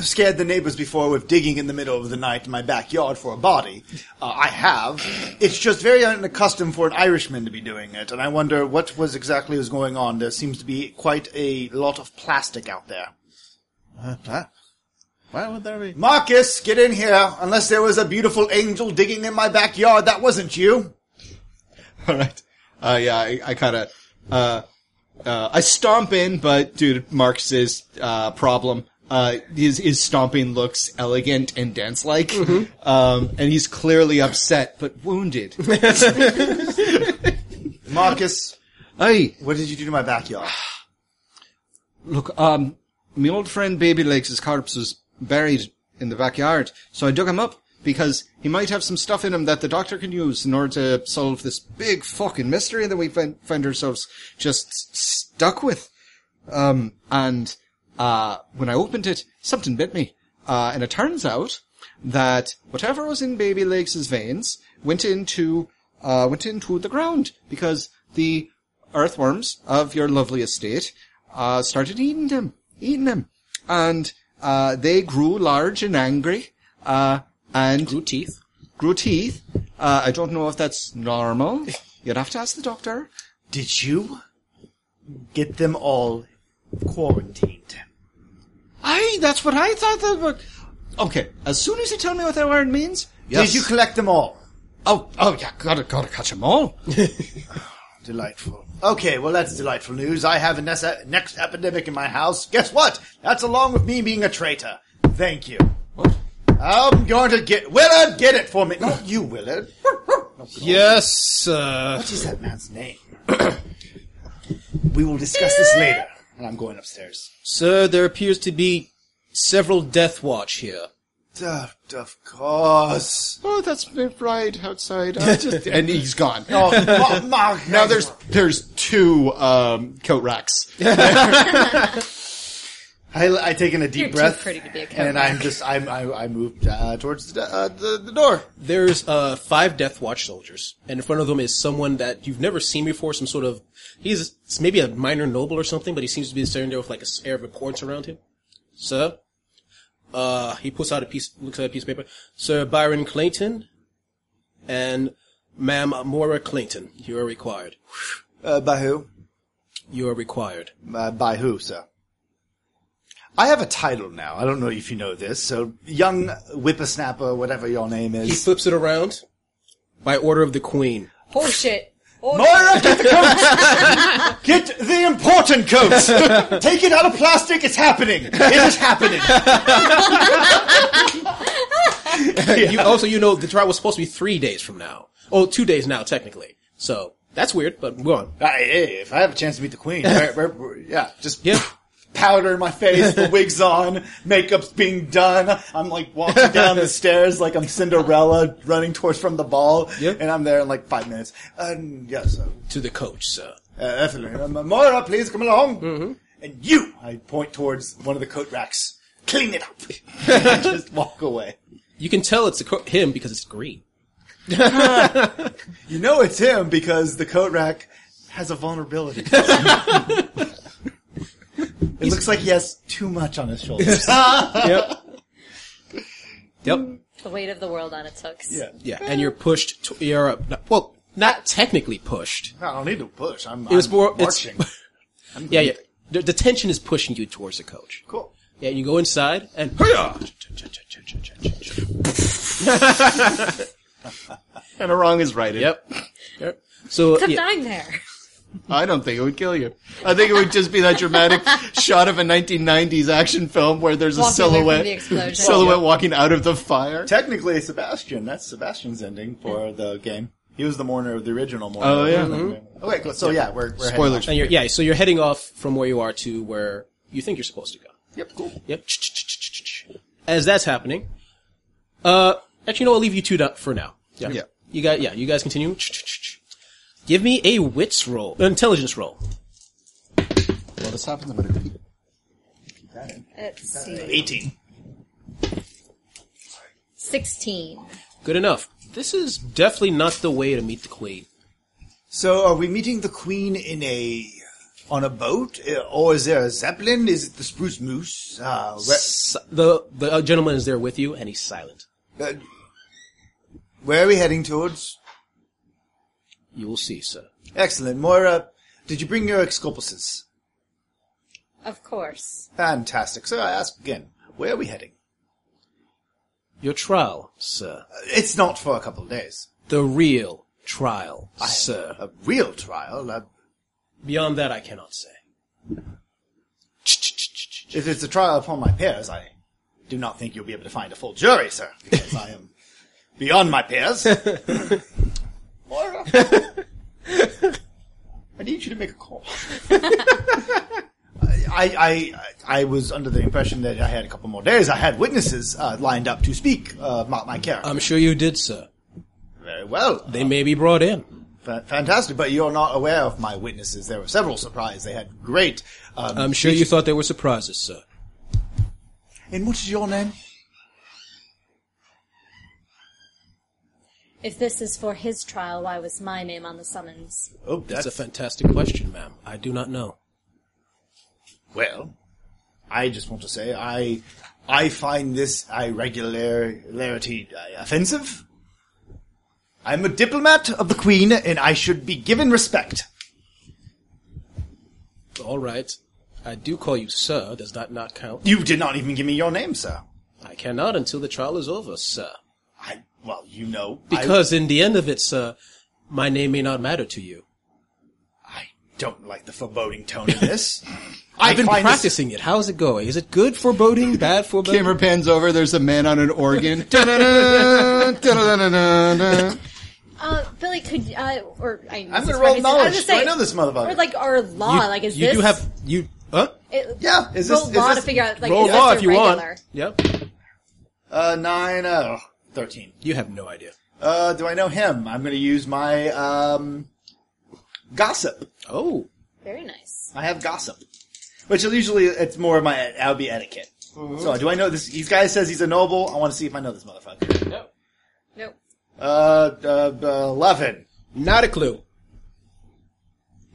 E: scared the neighbors before with digging in the middle of the night in my backyard for a body. Uh, I have. It's just very unaccustomed for an Irishman to be doing it, and I wonder what was exactly was going on. There seems to be quite a lot of plastic out there.
G: Uh, pla- why would there be?
E: Marcus, get in here. Unless there was a beautiful angel digging in my backyard, that wasn't you.
F: All right. Uh, yeah, I, I kind of, uh, uh, I stomp in, but dude, Marcus's uh, problem. Uh, his his stomping looks elegant and dance like, um, and he's clearly upset but wounded.
E: Marcus,
F: hey,
E: what did you do to my backyard?
F: look, um, my old friend Baby Legs' corpse was buried in the backyard, so I dug him up because he might have some stuff in him that the doctor can use in order to solve this big fucking mystery that we find, find ourselves just s- stuck with. Um, and, uh, when I opened it, something bit me. Uh, and it turns out that whatever was in Baby Legs' veins went into, uh, went into the ground because the earthworms of your lovely estate, uh, started eating them, eating them. And, uh, they grew large and angry, uh, and
D: blue teeth
F: grew teeth. Uh, I don't know if that's normal. You'd have to ask the doctor.
E: Did you get them all quarantined?
F: Aye, that's what I thought that would. Okay, as soon as you tell me what that word means.
E: Did you collect them all?
F: Oh, oh yeah, gotta, gotta catch 'em all.
E: Delightful. Okay, well, that's delightful news. I have a nes- next epidemic in my house. Guess what? That's along with me being a traitor. Thank you. I'm going to get Willard. Get it for me. Not you, Willard.
D: yes uh,
E: What is that man's name? we will discuss this later. And I'm going upstairs.
D: Sir, there appears to be several Death Watch here.
E: Duh, of course.
F: Oh, that's my bride outside. I just- and he's gone.
E: Oh, Ma- Mark.
F: Now there's there's two um, coat racks.
E: I, I take in a deep
B: You're too
E: breath,
B: pretty to be a cowboy.
E: and I'm just I'm, I I move uh, towards the, uh, the the door.
D: There's uh, five Death Watch soldiers, and in front of them is someone that you've never seen before. Some sort of he's it's maybe a minor noble or something, but he seems to be standing there with like a s- air of importance around him. Sir, uh, he puts out a piece, looks at a piece of paper. Sir Byron Clayton, and Ma'am Mora Clayton, you are required.
E: Uh, by who?
D: You are required.
E: Uh, by who, sir? I have a title now. I don't know if you know this. So, young whippersnapper, whatever your name
D: He
E: is.
D: flips it around by order of the queen.
B: Oh shit. Oh,
E: Moira, get the coat! get the important coat! Take it out of plastic, it's happening! It is happening!
D: You, also, you know, the trial was supposed to be three days from now. Oh, two days now, technically. So, that's weird, but go on.
E: I, Uh, hey, if I have a chance to meet the queen, where- where- where- yeah, just
D: Yeah.
E: powder in my face, the wig's on, makeup's being done. I'm like walking down the stairs like I'm Cinderella running towards from the ball,
D: Yeah.
E: and I'm there in like five minutes. And yes, uh,
D: To the coach, sir.
E: uh, Evelyn, uh, Moira, please come along. And you, I point towards one of the coat racks. Clean it up. I just walk away.
D: You can tell it's the co- him because it's green.
E: You know it's him because the coat rack has a vulnerability. it looks like he has too much on his shoulders.
D: Yep.
B: The weight of the world on its hooks.
E: yeah.
D: Yeah, and you're pushed. To, you're uh, not- well, not technically pushed.
E: I don't need to push. I'm,
D: It was
E: I'm
D: more. It's,
E: marching.
D: yeah, yeah. The, the tension is pushing you towards the coach.
E: Cool.
D: Yeah, you go inside and
I: And a wrong is righted.
D: yep. Yep. So
B: Except
D: yeah,
B: I'm there.
I: I don't think it would kill you. I think it would just be that dramatic shot of a 1990s action film where there's a
B: Walking away from
I: silhouette,
B: the explosion.
I: silhouette walking out of the fire.
E: Technically, Sebastian. That's Sebastian's ending for the game. He was the mourner of the original mourner.
I: Oh, yeah.
E: Okay,
D: Mm-hmm.
E: cool. So, yeah, we're, we're heading
I: Spoilers.
D: and you're yeah. So you're heading off from where you are to where you think you're supposed to go.
I: Yep, cool.
D: Yep. As that's happening, uh, actually, no, I'll leave you two down for now. Yeah.
F: Yeah.
D: You guys, yeah, you guys continue. Give me a wits roll, an intelligence roll.
F: Well, this happens. I'm going to repeat.
B: Let's see.
C: 18.
B: 16.
D: Good enough. This is definitely not the way to meet the queen.
E: So, are we meeting the queen in a on a boat, Uh, or is there a zeppelin? Is it the spruce moose? Uh, where,
D: S- The the uh, gentleman is there with you, and he's silent.
E: uh, where are we heading towards?
D: You will see, sir.
E: Excellent, Moira. Did you bring your exculpuses?
B: Of course.
E: Fantastic. So I ask again, where are we heading?
D: Your trial, sir.
E: It's not for a couple of days.
D: The real trial, sir.
E: A real trial. Uh,
D: Beyond that, I cannot say.
E: if it's a trial upon my peers, I do not think you'll be able to find a full jury, sir, because I am beyond my peers. Moira, I need you to make a call. I, I I was under the impression that I had a couple more days. I had witnesses uh, lined up to speak uh, about my character.
D: I'm sure you did, sir.
E: Very well.
D: They may be brought in.
E: Fa- Fantastic, but you're not aware of my witnesses. There were several surprised. They had great. Um,
D: I'm sure you thought they were surprises, sir.
E: and what is your name?
B: If this is for his trial, why was my name on the summons?
E: Oh,
D: That's
E: that's
D: a fantastic question, ma'am. I do not know.
E: well. I just want to say I I find this irregularity uh, offensive. I'm a diplomat of the Queen, and I should be given respect.
D: All right. I do call you sir. Does that not count?
E: You did not even give me your name, sir.
D: I cannot until the trial is over, sir.
E: I well, you know, I-
D: Because in the end of it, sir, my name may not matter to you.
E: I don't like the foreboding tone of this.
D: I've been
E: find this-
D: practicing it. How's it going? Is it good foreboding? Bad foreboding?
F: Camera pans over. There's a man on an organ. Da-da-da, da-da-da-da-da.
B: Uh, Billy, could, uh, or, I
E: I'm
B: this
E: gonna
B: is
E: roll
B: racist. I was
E: knowledge.
B: just
E: Do I
B: saying-
E: know this motherfucker?
B: Or like our law,
D: You-
B: Oh, like is
D: you
B: this?
D: do have you huh?
B: it-
E: Yeah, is
B: roll
E: this- is
B: law
E: this-
B: to figure out like
D: Roll
B: is
D: law
B: this
D: if you
B: irregular?
D: want. Yep.
E: uh, nine, uh, thirteen.
D: You have no idea.
E: Uh, do I know him? I'm going to use my um, gossip.
D: Oh,
B: Very nice.
E: I have gossip, which is usually it's more of my that would be etiquette.
D: Mm-hmm.
E: So do I know this? This guy says he's a noble. I want to see if I know this motherfucker.
B: Nope.
E: Uh, uh, uh, eleven.
D: not a clue.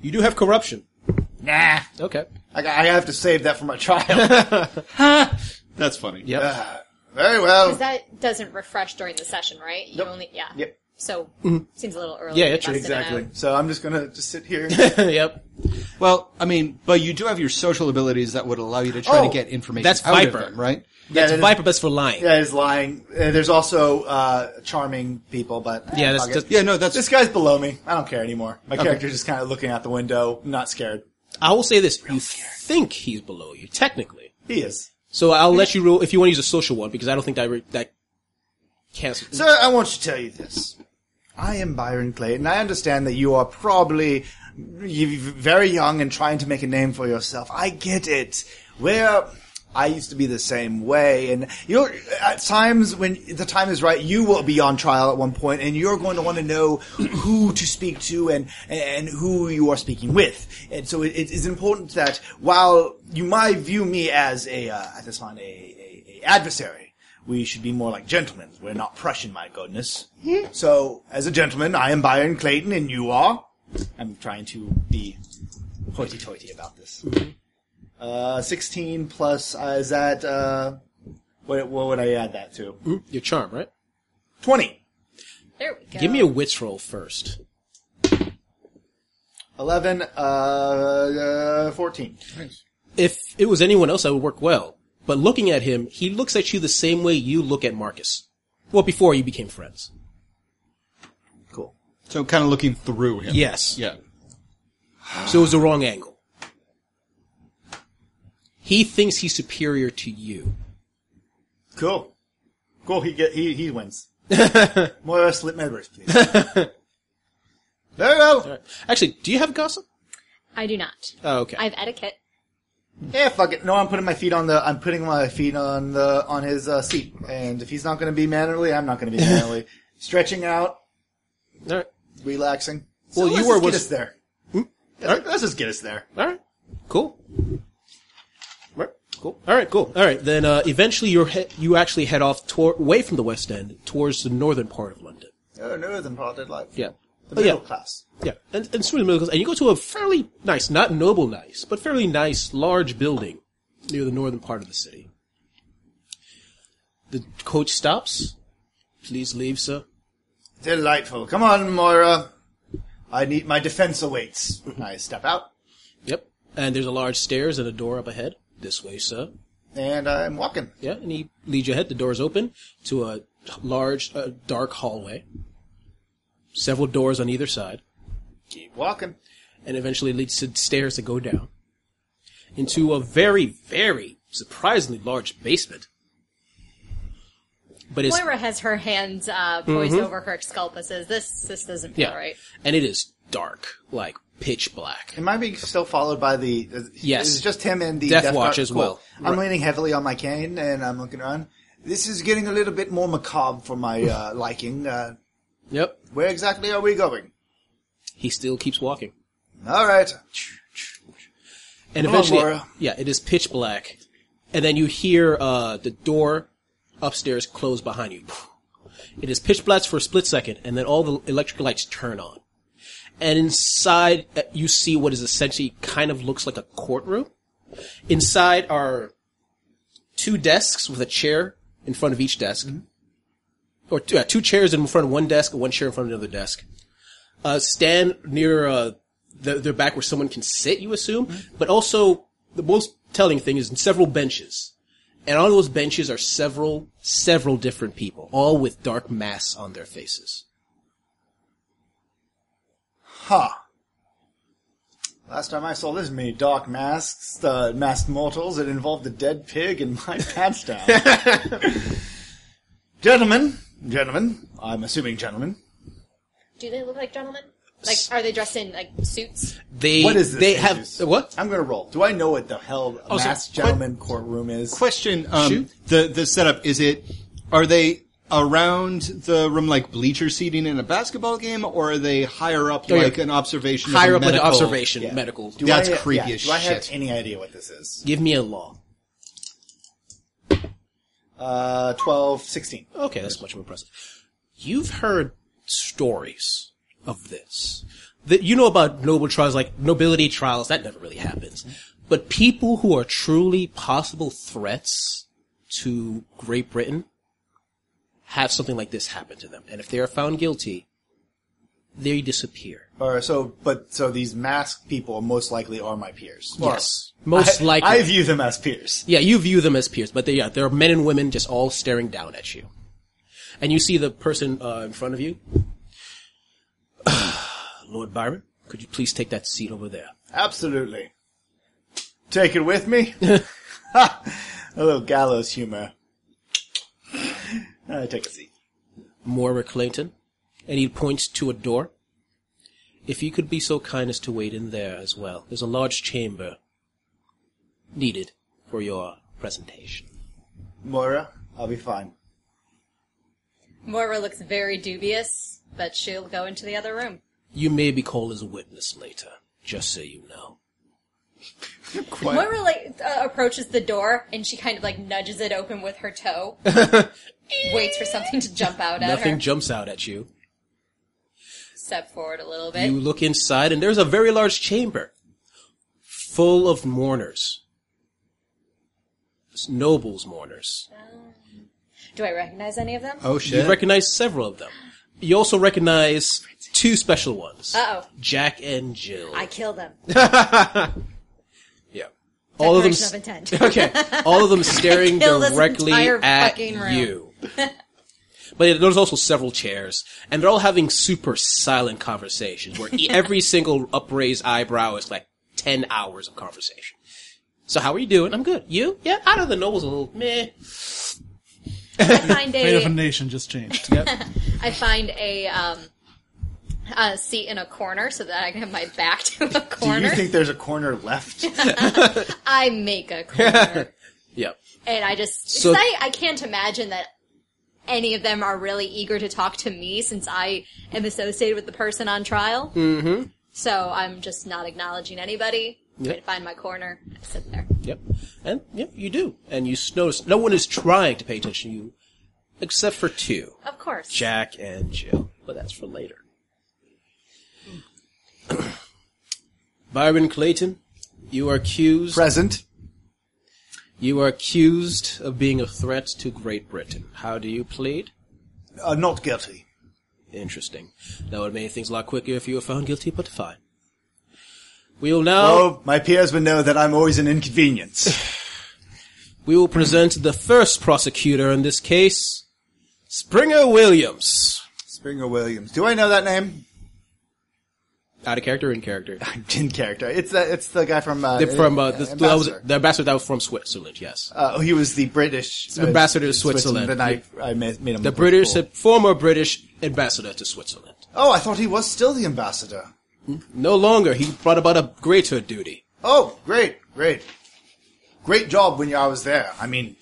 D: You do have corruption.
E: Nah,
D: Okay.
E: I, got- I have to save that for my trial.
I: That's funny.
D: Yep.
E: Very well. Ah.
B: Because that doesn't refresh during the session, right? You
E: Nope.
B: only yeah.
E: Yep.
B: So seems a little early.
D: Mm-hmm. Yeah,
B: to
D: yeah,
B: be
D: true,
B: busting it out.
E: Exactly. So I'm just gonna just sit here.
D: yep.
F: Well, I mean, but you do have your social abilities that would allow you to try
E: Oh,
F: to get information
D: that's
F: out
D: Viper.
F: of them, right?
D: That's
E: that is-
D: Viper best for lying.
E: that is lying. Uh, There's also uh, charming people, but eh,
D: Yeah, that's
E: fuck it.
D: just-
F: Yeah, no, that's
E: This guy's below me. I don't care anymore. My character's just kind of looking out the window, not scared.
D: I will say this: you think he's below you technically.
E: He is.
D: So I'll let you rule if you want to use a social one because I don't think that re- that cancels.
E: Sir, I want to tell you this. I am Byron Clay, and I understand that you are probably y- very young and trying to make a name for yourself. I get it. Where I used to be the same way, and you're at times when the time is right, you will be on trial at one point, and you're going to want to know who to speak to and and who you are speaking with. And so it, it is important that while you might view me as a uh, at this time a, a, a adversary, we should be more like gentlemen. We're not Prussian, my goodness. So, as a gentleman, I am Byron Clayton, and you are. I'm trying to be hoity-toity about this. Uh, 16 plus uh, is that? Uh, what, what would I add that to?
D: Your charm, right?
E: 20,
B: There we go.
D: Give me a wits roll first.
E: 11, uh, uh, 14.
D: If it was anyone else, that would work well. But looking at him, he looks at you the same way you look at Marcus. Well, before you became friends.
E: Cool.
F: so kind of looking through him.
D: Yes.
F: Yeah.
D: So it was the wrong angle. He thinks he's superior to you.
E: Cool. Cool. He get he he wins. More slip members, please. there you go.
D: Actually, do you have gossip?
B: I do not.
D: Oh, okay.
B: I have etiquette.
E: Yeah, Eh, fuck it. No, I'm putting my feet on the. I'm putting my feet on the on his uh, seat, and if he's not going to be mannerly, I'm not going to be mannerly. Stretching out,
D: All right.
E: relaxing.
D: Well, you
E: let's
D: were
E: just get
D: was-
E: us there. Let's- Let's just get us there.
D: All right. Cool. All right. Cool. All right. Cool. All right. Then uh, eventually, you he- you actually head off toward away from the West End towards the northern part of London.
E: Oh, northern part of life.
D: Yeah.
E: the
D: Oh, yeah.
E: middle class.
D: Yeah, and, and sort of the middle class. And you go to a fairly nice, not noble nice, but fairly nice large building near the northern part of the city. The coach stops. Please leave, sir.
E: Delightful. Come on, Moira. I need my defense awaits. I step out,
D: Yep. And there's a large stairs and a door up ahead. This way, sir.
E: and I'm walking.
D: Yeah, and he leads you ahead. The door's open to a large, uh, dark hallway. Several doors on either side.
E: Keep walking.
D: and eventually leads to stairs that go down into a very, very surprisingly large basement. But it's
B: Moira has her hands uh, poised over her Excalibur. Says this. This doesn't feel
D: Mm-hmm. yeah,
B: right.
D: and it is dark, like pitch black.
E: Am I being still followed by the? Uh,
D: Yes.
E: it's just him and the
D: Death
E: Guard-
D: Watch as well.
E: I'm leaning heavily on my cane and I'm looking around. This is getting a little bit more macabre for my uh, liking. Uh,
D: Yep,
E: where exactly are we going?
D: he still keeps walking,
E: All right. Come on,
D: and eventually,
E: Laura.
D: yeah, it is pitch black, and then you hear uh, the door upstairs close behind you. It is pitch black for a split second, and then all the electric lights turn on, and inside uh, you see what is essentially kind of looks like a courtroom. Inside are two desks with a chair in front of each desk,
E: Mm-hmm.
D: or two, uh, two chairs in front of one desk and one chair in front of another desk. Uh, stand near uh, the, their back where someone can sit, you assume, but also the most telling thing is several benches, and on those benches are several, several different people, all with dark masks on their faces.
E: Huh. Last time I saw this many dark masks, uh, masked mortals, it involved a dead pig and my pants down. gentlemen, gentlemen, I'm assuming gentlemen.
B: Do they look like gentlemen? Like, are they dressed in like suits?
D: They
E: What is this?
D: they have
E: Jesus?
D: what? Oh,
E: I'm gonna roll. Do I know what the hell a
F: so
E: masked
F: que-
E: gentleman courtroom is?
F: Question: um,
D: Shoot.
F: the the setup is it? Are they around the room like bleacher seating in a basketball game, or are they higher up
D: yeah.
F: like an observation? of
D: Higher
F: a
D: up like an
F: medical-
D: observation medical.
E: Do
F: That's
E: I,
F: creepy
E: yeah,
F: as
E: Do I have
F: shit.
E: any idea what this is?
D: Give me a law.
E: Uh, 12, 16.
D: Okay, that's much more impressive. You've heard stories of this. That you know about noble trials, like nobility trials, that never really happens. But people who are truly possible threats to Great Britain have something like this happen to them. And if they are found guilty, they disappear.
E: Or so, but so these masked people most likely are my peers.
D: Yes. Most
E: I,
D: likely.
E: I view them as peers.
D: Yeah, you view them as peers, but they, yeah, there are men and women just all staring down at you. And you see the person uh, in front of you. Lord Byron, could you please take that seat over there?
E: Absolutely. Take it with me. A little gallows humor. Uh, take a seat.
D: Moira Clayton. And he points to a door. If you could be so kind as to wait in there as well. There's a large chamber needed for your presentation.
E: Moira, I'll be fine.
B: Moira looks very dubious, but she'll go into the other room.
D: You may be called as a witness later, just so you know.
B: Moira like uh, approaches the door and she kind of like nudges it open with her toe. waits for something to jump out at
D: Nothing
B: her.
D: jumps out at you.
B: Step forward a little bit.
D: You look inside, and there's a very large chamber full of mourners. It's nobles, mourners.
B: Do I recognize any of them?
F: Oh
D: You recognize several of them. You also recognize two special ones
B: Uh-oh.
D: Jack and Jill.
B: I kill them.
D: yeah. All of them.
B: Declaration of
D: s-
B: intent.
D: okay. All of them staring
B: Kill this
D: directly
B: entire
D: at
B: fucking room.
D: you. But there's also several chairs, and they're all having super silent conversations where e- every single upraised eyebrow is like 10 hours of conversation. So how are you doing? I'm good. You? Yeah, I know the nobles a little meh.
B: I find
G: Fate of a
B: a
G: nation just changed.
B: I find a um a seat in a corner so that I can have my back to a
E: Do you
B: corner.
E: think there's a corner left?
B: I make a corner.
D: Yeah.
B: and I just 'cause
D: So-
B: I, I can't imagine that any of them are really eager to talk to me since I am associated with the person on trial. Mm-hmm. So I'm just not acknowledging anybody. Try
D: Yep.
B: to find my corner. I sit there.
D: Yep. And yep, you do. And you s- notice no one is trying to pay attention to you except for two.
B: Of course.
D: Jack and Jill. But that's for later. Byron Clayton, you are accused
E: Present.
D: you are accused of being a threat to Great Britain. How do you plead?
E: Uh, not guilty.
D: Interesting. That would have made things a lot quicker if you were found guilty, but fine. We will now
E: Oh, my peers would know that I'm always an inconvenience.
D: we will present the first prosecutor in this case, Springer Williams.
E: Springer Williams. Do I know that name?
D: Out of character, or in character.
E: I'm in character. It's the, it's the guy from uh,
D: They're from uh,
E: uh,
D: the, that was,
E: Ambassador.
D: the ambassador that was from Switzerland. Yes.
E: Uh, he was the British uh,
D: ambassador to Switzerland.
E: Then I, I made, made him
D: The
E: look
D: British,
E: cool.
D: former British ambassador to Switzerland.
E: Oh, I thought he was still the ambassador.
D: No longer, he brought about a greater duty.
E: Oh, great, great, great job when I was there. I mean,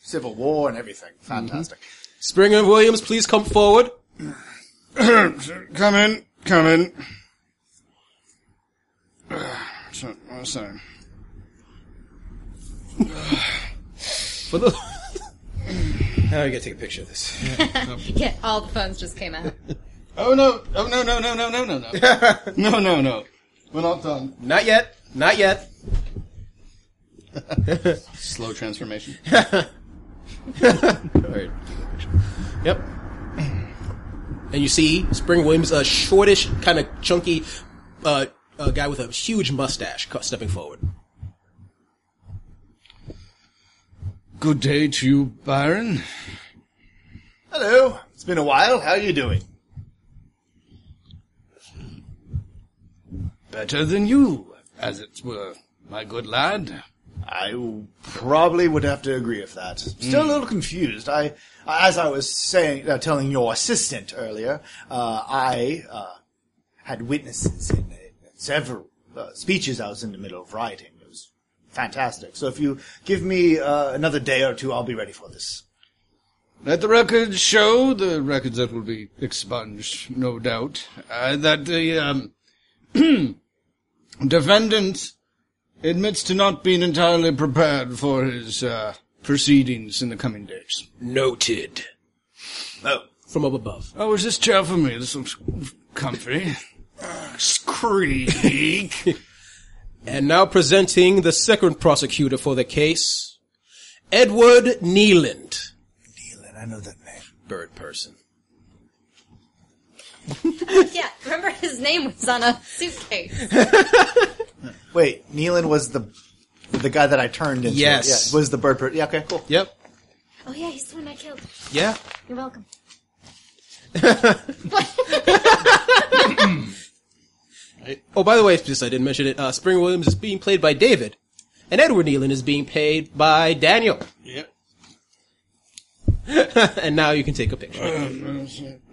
E: civil war and everything. Fantastic.
D: Springer and Williams, please come forward.
I: come in, come in. So- oh, Sorry.
D: For the. Now I gotta take a picture of this.
B: Yeah, all the phones just came out.
I: Oh no! Oh no! No! No! No! No! No! No! no! No! No! We're not done.
D: Not yet. Not yet.
I: Slow transformation.
D: Alright. Yep. And you see Spring Williams, a shortish, kind of chunky uh, uh, guy with a huge mustache cu- stepping forward.
I: Good day to you, Byron.
E: Hello, it's been a while. How are you doing?
I: Better than you, as it were, my good lad.
E: I probably would have to agree with that. Still a
I: Hmm.
E: little confused. I, as I was saying, uh, telling your assistant earlier, uh, I uh, had witnesses in uh, several uh, speeches I was in the middle of writing. It was fantastic. So if you give me uh, another day or two, I'll be ready for this.
I: Let the records show, the records that will be expunged, no doubt, uh, that the um, defendant admits to not being entirely prepared for his uh, proceedings in the coming days.
D: Noted.
E: Oh,
D: From up above.
I: Oh, is this chair for me? This looks comfy. Squeak.
D: And now presenting the second prosecutor for the case, Edward Neeland.
E: Leland, I know that name.
D: bird person.
B: Yeah, remember his name was on a suitcase.
E: Wait, Neelan was the the guy that I turned into.
D: Yes.
E: Yeah, was the bird person. Yeah, okay, cool.
D: Yep.
B: Oh yeah, he's the one I killed.
D: Yeah.
B: You're welcome.
D: Oh, by the way, since I didn't mention it, uh, Springer Williams is being played by David, and Edward Nealon is being paid by Daniel.
G: Yep.
D: and now you can take a picture.
B: No,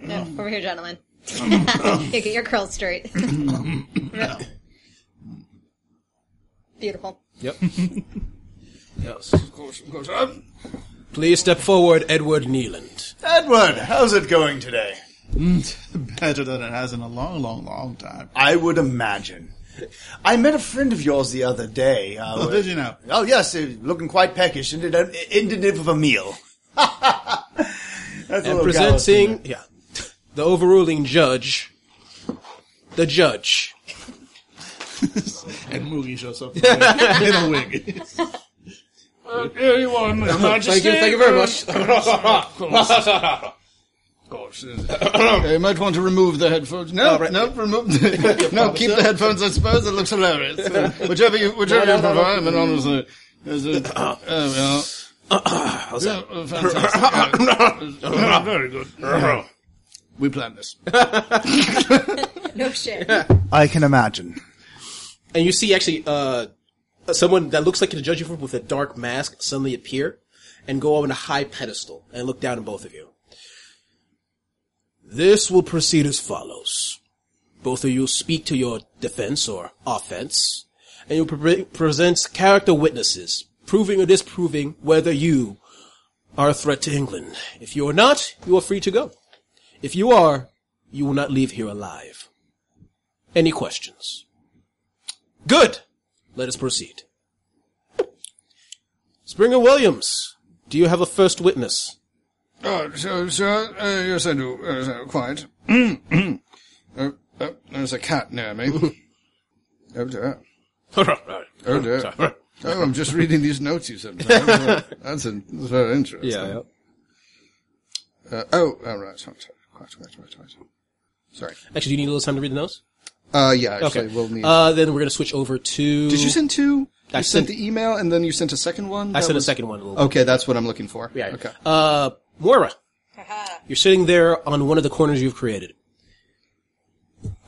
B: Oh, over here, gentlemen. Here, get your curls straight. Yep. Beautiful.
D: Yep. yes. Please step forward, Edward Nealand.
E: Edward, how's it going today?
G: Better than it has in a long, long, long time.
E: I would imagine. I met a friend of yours the other day. Uh,
G: Oh, did you know?
E: Oh yes, uh, looking quite peckish, and it uh, ended up with a meal. That's a
D: And
E: little
D: presenting, yeah, the overruling judge, the judge.
G: And Moogie shows up in a wig.
I: Anyone, Your Majesty.
F: You might want to remove the headphones. No, no, remove. The, no, keep the headphones. I suppose it looks hilarious. whichever you, whichever you prefer. But honestly, there's a, uh, well, yeah, uh, fantastic. Uh,
I: Very good.
F: we planned this.
B: No shit.
E: I can imagine.
D: And you see actually, uh, someone that looks like the judge with a dark mask suddenly appear and go on a high pedestal and look down on both of you. This will proceed as follows. Both of you speak to your defense or offense, and you pre- present character witnesses, proving or disproving whether you are a threat to England. If you are not, you are free to go. If you are, you will not leave here alive. Any questions? Good. Let us proceed. Springer Williams, do you have a first witness?
F: Uh, so, sir, uh, yes, I do. Uh, so, quiet. uh, uh, there's a cat near me. oh dear. Oh dear. Oh, I'm just reading these notes you sent. me. That's, in, that's very interesting. Uh, oh, oh, right. Sorry, sorry. Quiet, quiet, quiet, quiet. Sorry.
D: Actually, do you need a little time to read the notes?
F: Uh, yeah, actually, we'll need.
D: Uh, then we're going to switch over to.
F: Did you send two?
D: I
F: you
D: sent-
F: sent the email, and then you sent a second one.
D: I
F: That
D: sent a
F: was- Oh.
D: second one. A little
F: Okay, that's what I'm looking for.
D: Yeah.
F: Okay.
D: Uh, Moira, you're sitting there on one of the corners you've created,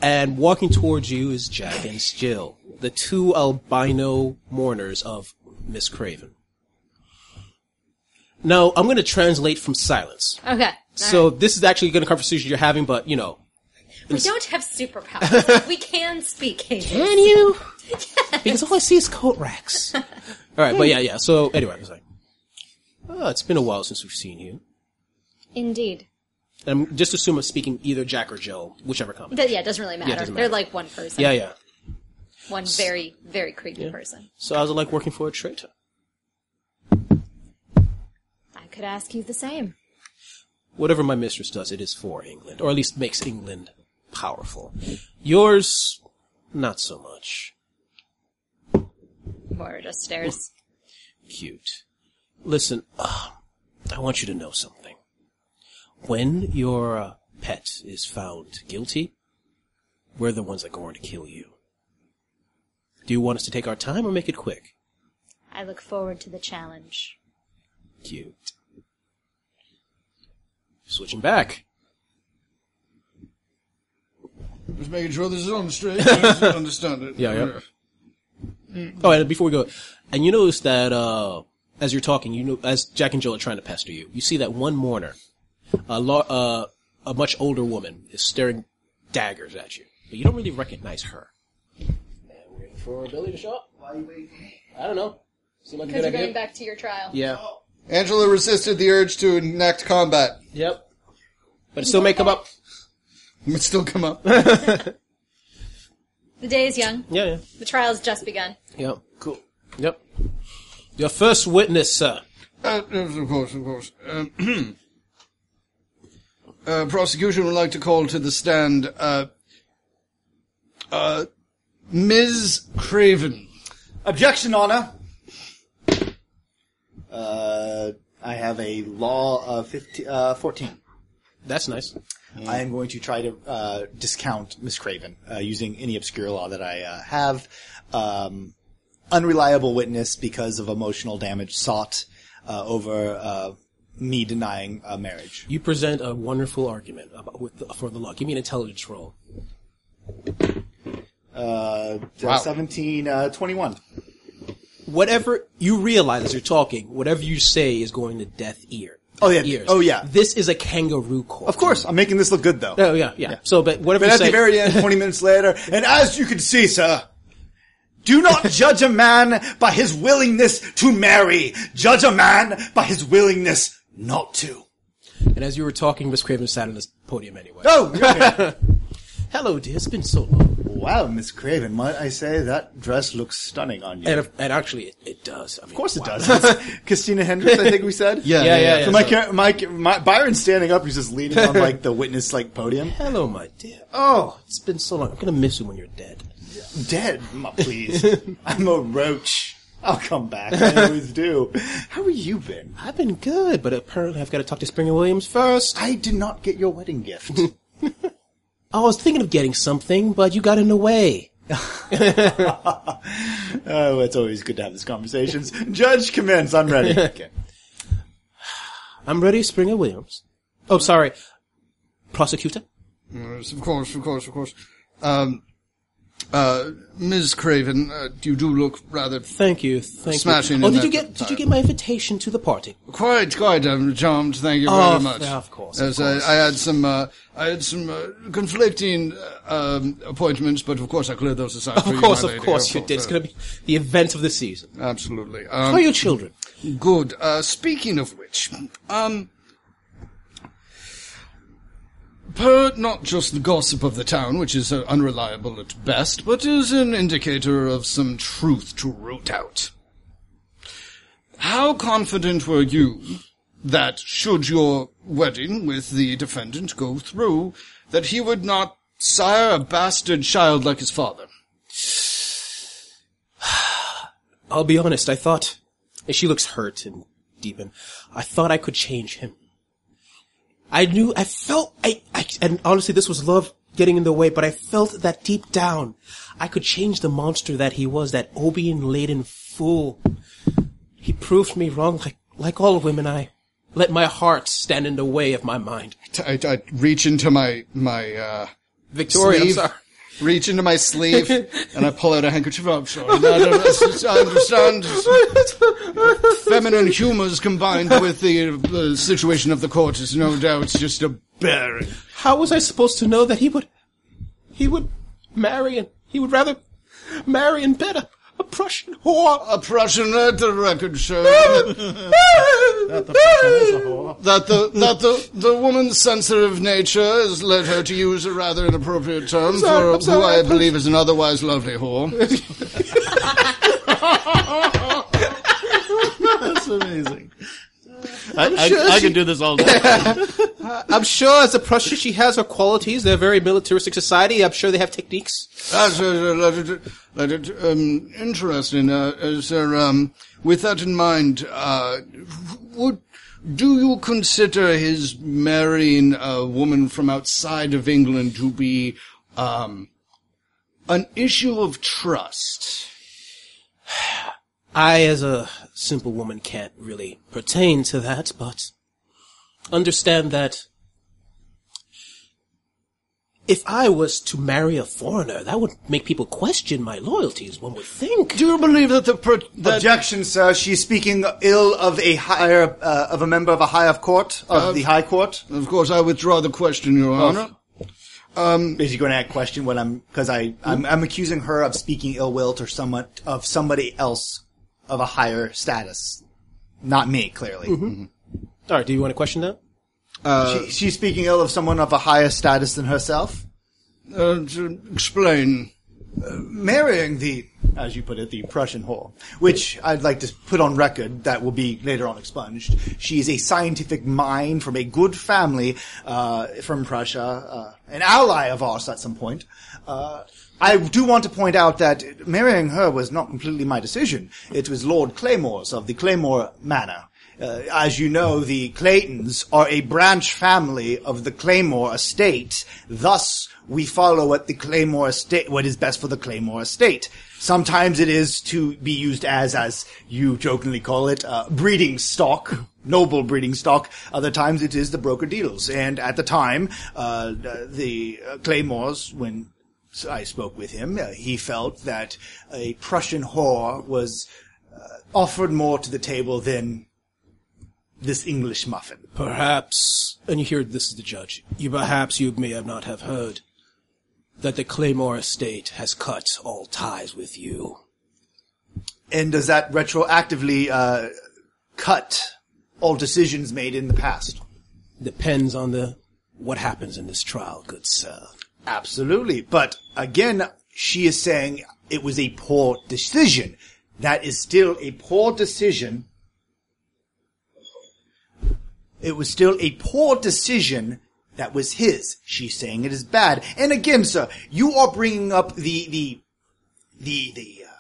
D: and walking towards you is Jack and Jill, the two albino mourners of Miss Craven. Now, I'm going to translate from silence.
B: Okay. all
D: So this is actually going to conversation you're having, but you know,
B: right. we don't have superpowers. we can speak English.
D: and you, because all I see is coat racks. all right, but yeah, yeah. So anyway, I was like, oh, it's been a while since we've seen you.
B: Indeed.
D: And I'm just assume I'm speaking either Jack or Jill, whichever comes.
B: But yeah, it doesn't really matter.
D: doesn't
B: They're
D: matter.
B: like one person.
D: Yeah, yeah.
B: One very, very creepy person.
D: So how's it like working for a traitor?
B: I could ask you the same.
D: Whatever my mistress does, it is for England, or at least makes England powerful. Yours, not so much.
B: Moira just stares.
D: cute. Listen, uh, I want you to know something. When your uh, pet is found guilty, we're the ones that are going to kill you. Do you want us to take our time or make it quick?
B: I look forward to the challenge.
D: Cute. Switching back.
F: Just making sure this is on straight. I understand it.
D: Yeah, yeah. Oh, and before we go, and you notice that uh, as you're talking, you know, as Jack and Jill are trying to pester you, you see that one mourner, a lar- uh, a much older woman, is staring daggers at you, but you don't really recognize her. And waiting for Billy to show up. Why are you waiting? I don't know. Seemed like a good idea.
B: back to your trial.
D: yeah.
F: Angela resisted the urge to enact combat.
D: Yep. But it still may come up.
F: It still come up.
B: The day is young.
D: Yeah. Yeah.
B: The trial's just begun.
D: Yep. Cool. Yep. Your first witness, sir.
F: Uh, yes, of course, of course. Um, uh, prosecution would like to call to the stand uh, uh, Ms. Craven.
E: Objection, Honor. Uh, I have a law of 15, uh, 14.
D: That's nice.
E: I am going to try to uh, discount Miss Craven uh, using any obscure law that I uh, have. Um, unreliable witness because of emotional damage sought uh, over uh, me denying a marriage.
D: You present a wonderful argument about, with for the law. Give me an intelligence roll.
E: Uh, Seventeen, uh, twenty-one.
D: Whatever you realize as you're talking, whatever you say is going to death ear.
E: Oh, yeah.
D: Ears.
E: Oh, yeah.
D: This is a kangaroo court.
E: Of course, I'm making this look good though.
D: Oh yeah, yeah. So, but whatever
E: But
D: you
E: at
D: say,
E: the very end, 20 minutes later, and as you can see, sir, do not judge a man by his willingness to marry. Judge a man by his willingness not to.
D: and as you were talking, Miss Craven sat on this podium anyway.
E: Oh, okay.
D: Hello, dear. It's been so long.
E: wow, Miss Craven, might I say that dress looks stunning on you.
D: And if, and actually, it, it does. I mean,
E: of course it does. It's Christina Hendricks, I think we said.
F: Yeah, yeah, yeah.
E: So my, car- my, my Byron's standing up. He's just leaning on like the witness like podium.
D: Hello, my dear. Oh, it's been so long. I'm gonna miss you when you're dead.
E: dead, ma- please. I'm a roach. I'll come back. I always do. How have you been?
D: I've been good, but apparently I've got to talk to Springer Williams first.
E: I did not get your wedding gift.
D: I was thinking of getting something, but you got in the way.
E: oh, it's always good to have these conversations. Judge, commence. I'm ready. okay.
D: I'm ready, Springer Williams. Oh, sorry, prosecutor.
F: Yes, of course, of course, of course. Um, uh, Ms. Craven, uh, you do look rather
D: Thank you. Thank
F: Smashing
D: you. Oh,
F: in
D: did you
F: that
D: get? Did you get my invitation to the party?
F: quite, quite um, charmed. Thank you very
D: Oh,
F: much.
D: yeah, of course,
F: Yes,
D: of course.
F: I, I had some, uh, I had some uh, conflicting uh, um, appointments, but of course I cleared those aside. for
D: Of course,
F: you,
D: of
F: my lady,
D: course you did. It's going to be the event of the season.
F: uh, absolutely.
D: How
F: Um,
D: are your children?
F: Good. Uh, speaking of which, um, per not just the gossip of the town, which is uh, unreliable at best, but is an indicator of some truth to root out. How confident were you that should your wedding with the defendant go through, that he would not sire a bastard child like his father?
D: I'll be honest. I thought, and she looks hurt and deepened. I thought I could change him. I knew. I felt. I, I. And honestly, this was love getting in the way. But I felt that deep down, I could change the monster that he was. That opium laden fool. He proved me wrong. Like like all women, I let my heart stand in the way of my mind.
F: T- I, I reach into my my uh,
D: Victoria, I'm
F: sleeve,
D: sorry.
F: reach into my sleeve, and I pull out a handkerchief. Oh, I'm sorry. No, no, that's- I understand. Feminine humors combined with the uh, situation of the court is no doubt just a bearing.
D: How was I supposed to know that he would, he would marry and he would rather marry and bed a, a Prussian whore?
F: Oppression at the record show. that the that the the woman's sensitive nature has led her to use a rather inappropriate term
D: sorry,
F: for
D: I'm sorry,
F: who
D: I
F: I,
D: punched-
F: believe is an otherwise lovely whore.
C: That's amazing. I, I, I could do this all day.
D: I'm sure as a Prussian she has her qualities. They're a very militaristic society. I'm sure they have techniques.
F: That's uh, let it, let it, um, interesting, uh, uh, sir. Um, with that in mind, uh, would do you consider his marrying a woman from outside of England to be um, an issue of trust?
D: I, as a simple woman, can't really pertain to that, but understand that if I was to marry a foreigner, that would make people question my loyalties, one would think.
F: Do you believe that the per- that
E: Objection, sir. She's speaking ill of a higher uh, of a member of a higher court of the High Court.
F: Of course, I withdraw the question, Your Honor.
E: Um, Is he going to ask question when I'm because I I'm, I'm accusing her of speaking ill will to someone of somebody else of a higher status, not me. Clearly,
D: All right, do you want to question that?
E: she, she's speaking ill of someone of a higher status than herself.
F: Uh, to explain.
E: marrying the, as you put it, the Prussian whore, which I'd like to put on record that will be later on expunged. She is a scientific mind from a good family uh, from Prussia, uh, an ally of ours at some point. Uh, I do want to point out that marrying her was not completely my decision. It was Lord Claymore's of the Claymore Manor. Uh, as you know, the Claytons are a branch family of the Claymore estate. Thus, we follow what the Claymore estate, what is best for the Claymore estate. Sometimes it is to be used as, as you jokingly call it, uh, breeding stock, noble breeding stock. Other times it is the broker deals. And at the time, uh, the uh, Claymores, when I spoke with him, uh, he felt that a Prussian whore was uh, offered more to the table than this English muffin.
D: Perhaps, and you hear this is the judge, you perhaps you may have not have heard that the Claymore estate has cut all ties with you.
E: And does that retroactively uh, cut all decisions made in the past?
D: Depends on the what happens in this trial, good sir.
E: Absolutely. But again, she is saying it was a poor decision. That is still a poor decision. It was still a poor decision that was his. She's saying it is bad. And again, sir, you are bringing up the, the, the, the, uh,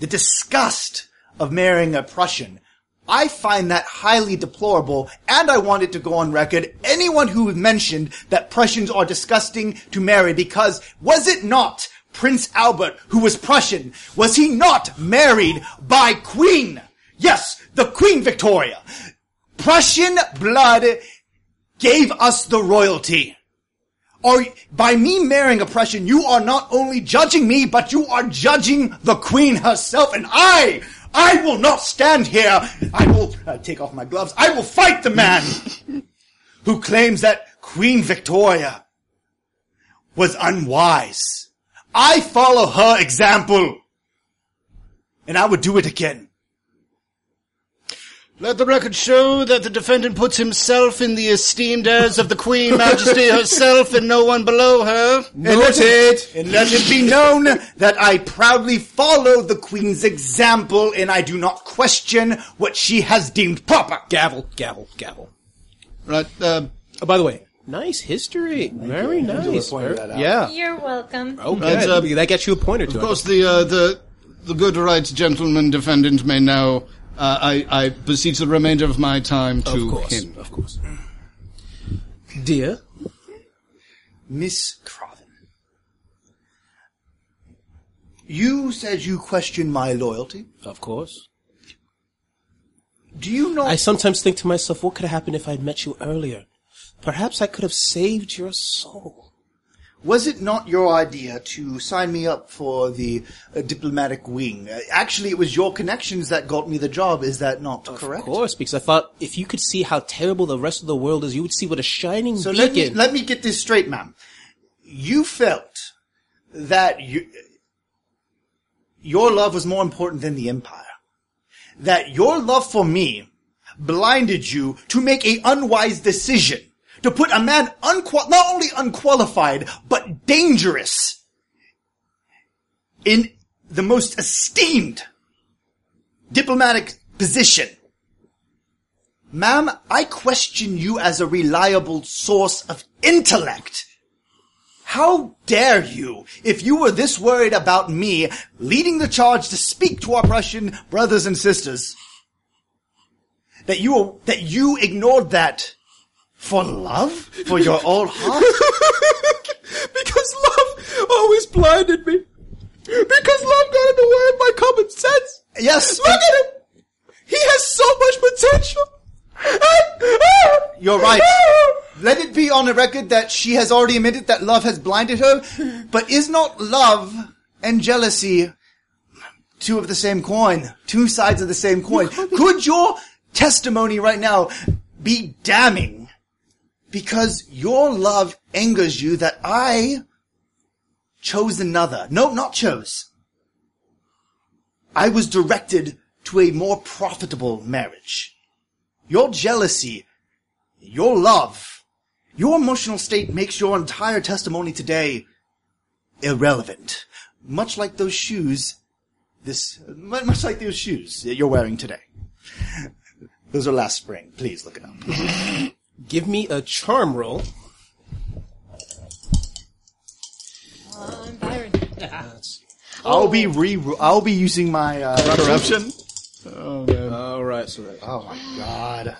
E: the disgust of marrying a Prussian. I find that highly deplorable, and I want it to go on record. Anyone who mentioned that Prussians are disgusting to marry because was it not Prince Albert who was Prussian? Was he not married by Queen? Yes, the Queen Victoria. Prussian blood gave us the royalty. Or by me marrying a Prussian, you are not only judging me, but you are judging the queen herself. And I, I will not stand here. I will uh, take off my gloves. I will fight the man who claims that Queen Victoria was unwise. I follow her example. And I would do it again.
I: Let the record show that the defendant puts himself in the esteemed as of the Queen Majesty herself and no one below her.
E: Noted. And let it be known that I proudly follow the Queen's example and I do not question what she has deemed proper.
D: Gavel, gavel, gavel.
F: Right. Uh,
D: Oh, by the way, nice history. Very nice. Very-
F: yeah.
B: You're welcome.
D: Okay,
F: That's, uh,
D: that gets you a point or two.
F: Of course, the uh, the the good rights gentleman defendant may now. Uh, I I beseech the remainder of my time to
D: of course,
F: him.
D: of course. Dear,
E: Miss Craven, you said you question my loyalty.
D: of course.
E: Do you know?
D: I sometimes think to myself, what could have happened if I'd met you earlier? Perhaps I could have saved your soul.
E: was it not your idea to sign me up for the uh, diplomatic wing? Uh, actually, it was your connections that got me the job. Is that not correct?
D: Of course, because I thought if you could see how terrible the rest of the world is, you would see what a shining
E: So
D: beacon.
E: let me, let me get this straight, ma'am. You felt that you, your love was more important than the empire. That your love for me blinded you to make a unwise decision. To put a man unqual- not only unqualified, but dangerous in the most esteemed diplomatic position. Ma'am, I question you as a reliable source of intellect. How dare you, if you were this worried about me leading the charge to speak to our Prussian brothers and sisters, that you, that you ignored that for love? For your old heart?
D: because love always blinded me. Because love got in the way of my common sense.
E: Yes.
D: Look at him. He has so much potential.
E: You're right. Let it be on the record that she has already admitted that love has blinded her, but is not love and jealousy two of the same coin, two sides of the same coin? Could your testimony right now be damning because your love angers you that I chose another? No, not chose. I was directed to a more profitable marriage. Your jealousy your love, your emotional state makes your entire testimony today irrelevant. Much like those shoes, this, mu- much like those shoes that you're wearing today. Those are last spring. Please look it up.
D: Give me a charm roll.
B: I'm Byron.
E: I'll be re, I'll be using my, uh,
C: Corruption?
D: All right. right, so that.
E: Oh my god.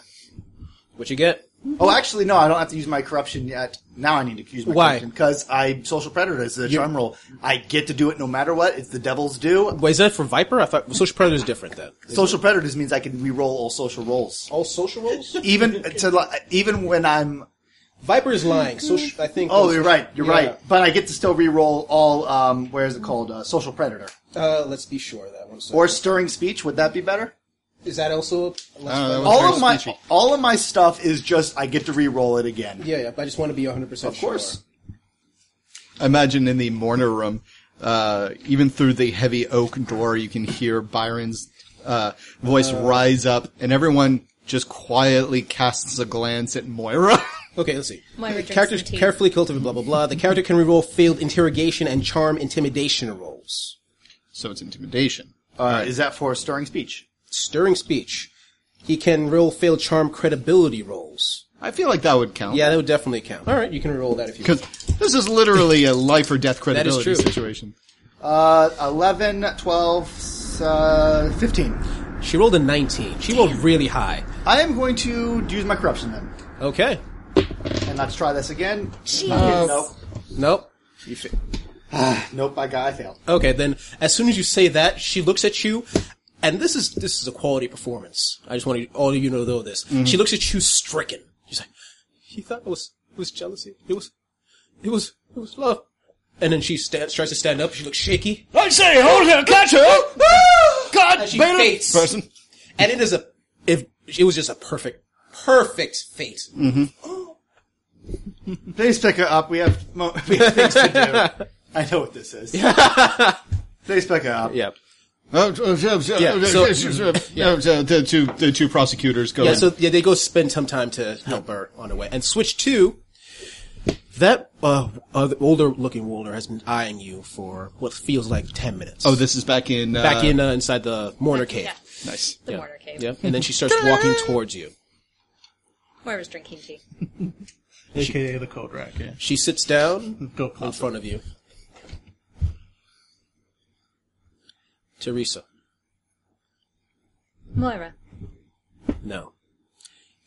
D: What you get?
E: Oh, actually, no, I don't have to use my corruption yet. Now I need to use my
D: Why?
E: corruption because I'm social predator. It's the charm roll. I get to do it no matter what. It's the devil's due.
D: Wait, is that for Viper? I thought well, Social Predator is different then.
E: Social predators means I can re-roll all social rolls,
D: All social roles?
E: even to li- even when I'm.
D: Viper is lying. Social, I think.
E: Oh, you're right. You're
D: Yeah.
E: right. But I get to still re-roll all. Um, where is it called? Uh, social predator
D: Uh, let's be sure of that one. second.
E: or stirring speech. Would that be better?
D: is that also?
F: I don't know, that was
E: All
F: very
E: of my
F: speechy.
E: all of my stuff is just I get to re-roll it again.
D: yeah, yeah. But I just want to be 100 percent
E: Of course.
F: Imagine in the mourner room, uh, even through the heavy oak door, you can hear Byron's uh, voice rise up, and everyone just quietly casts a glance at Moira.
D: Okay, let's see.
B: Moira drinks
D: Characters
B: the tea.
D: carefully cultivate blah blah blah. The character can reroll failed interrogation and charm intimidation rolls.
F: so it's intimidation.
E: Uh, is that for stirring speech?
D: Stirring speech. He can roll failed charm credibility rolls.
F: I feel like that would count.
D: Yeah, that would definitely count. All right, you can reroll that if you.
F: Because this is literally a life or death
D: is
F: credibility
D: true.
F: situation.
E: Uh, 11, 12, uh, 15.
D: want. She rolled a 19. She rolled really high.
E: I am going to use my corruption then.
D: Okay.
E: And let's try this again.
B: Jeez.
E: nope.
D: Nope. You fa-
E: Nope, I got, I failed.
D: Okay, then as soon as you say that, she looks at you, and this is this is a quality performance. I just want you, all of you to know this. She looks at you stricken. She's like, "He thought it was it was jealousy. It was, it was it was love." And then she stands, tries to stand up. She looks shaky.
I: I say, hold her, catch her! God,
D: And she
I: better-
D: faints. And it is a if it was just a perfect perfect fate.
E: Please pick her up. We have, mo- we have things to do. I know what this is. Please pick her up.
D: Yeah.
F: Oh, oh, yeah, yeah,
D: so-
F: yeah, so the two the two prosecutors go
D: Yeah.
F: in.
D: So yeah, they go spend some time to help her on her way. And switch two. That uh, uh, older looking Walder has been eyeing you for what feels like ten minutes.
F: oh, this is back in uh,
D: back in uh, inside the Mourner cave.
B: Yeah,
F: Nice.
B: the mortar cave.
D: Yeah, and then she starts walking towards you.
B: Moira's drinking tea.
G: AKA the code rack, yeah.
D: She sits down
G: Go
D: in
G: closer.
D: front of you. Teresa,
B: Moira.
D: no.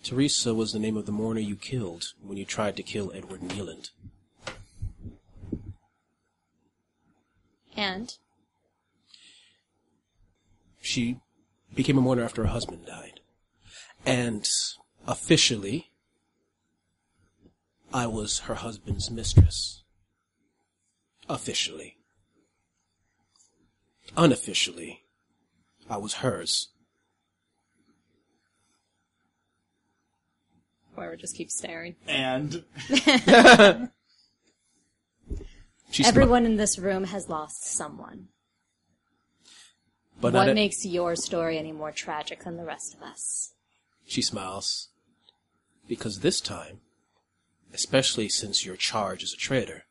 D: Teresa was the name of the mourner you killed when you tried to kill Edward Nealand.
B: And?
D: She became a mourner after her husband died. And officially, I was her husband's mistress. Officially. Unofficially, I was hers.
B: Moira just keeps staring.
E: And
D: She smi-
B: Everyone in this room has lost someone.
D: but not
B: what
D: e-
B: makes your story any more tragic than the rest of us?
D: She smiles. Because this time, especially since your charge is a traitor,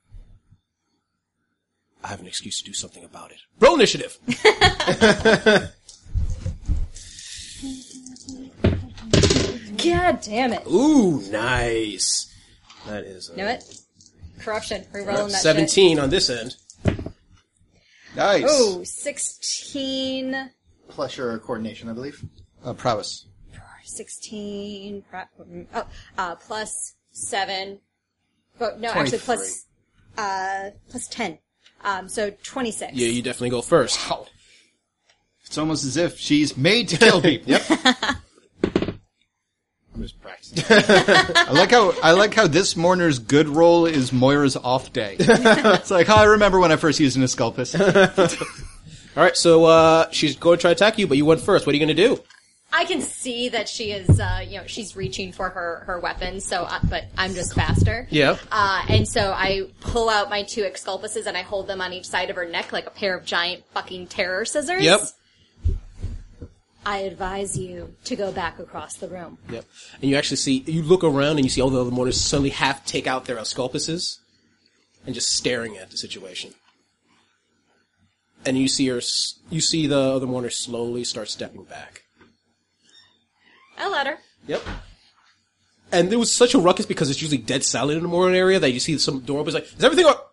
D: I have an excuse to do something about it. Roll initiative!
B: God damn it.
D: Ooh, nice. That is a
B: Know it? Corruption. Rerolling that 17.
D: 17 on this end.
F: nice
B: Oh, 16.
E: plus your coordination, I believe.
F: uh, prowess.
B: 16. pro- mm, Oh, uh, plus 7. But no, actually, plus, uh, plus 10. Um, so 26.
D: Yeah, you definitely go first.
F: It's almost as if she's made to kill people. yep.
E: I'm just practicing.
F: I like how I like how this mourner's good roll is Moira's off day. it's like, oh, I remember when I first used an Esculpus.
D: All right, so uh, she's going to try to attack you, but you went first. What are you going to do?
B: I can see that she is, uh, you know, she's reaching for her, her weapon, so, I, but I'm just faster.
D: Yeah.
B: Uh, and so I pull out my two Exculpuses and I hold them on each side of her neck like a pair of giant fucking terror scissors.
D: Yep.
B: I advise you to go back across the room.
D: Yep. And you actually see, you look around and you see all the other mortars suddenly half take out their Asculpuses and just staring at the situation. And you see her, s- you see the other mortar slowly start stepping back.
B: I let her.
D: Yep. And there was such a ruckus because it's usually dead silent in the mortar area that you see some door opens like, is everything all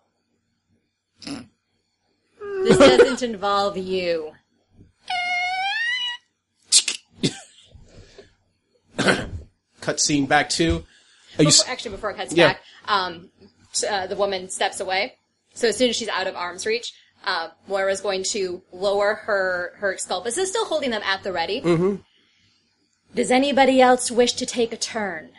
B: This doesn't involve you.
D: cutscene back to. Are you s-
B: Before- actually, before it cuts
D: Yeah.
B: back, um, t- uh, the woman steps away. So as soon as she's out of arm's reach, uh, Moira's going to lower her her Excalibur. So still holding them at the ready. Mm-hmm. Does anybody else wish to take a turn?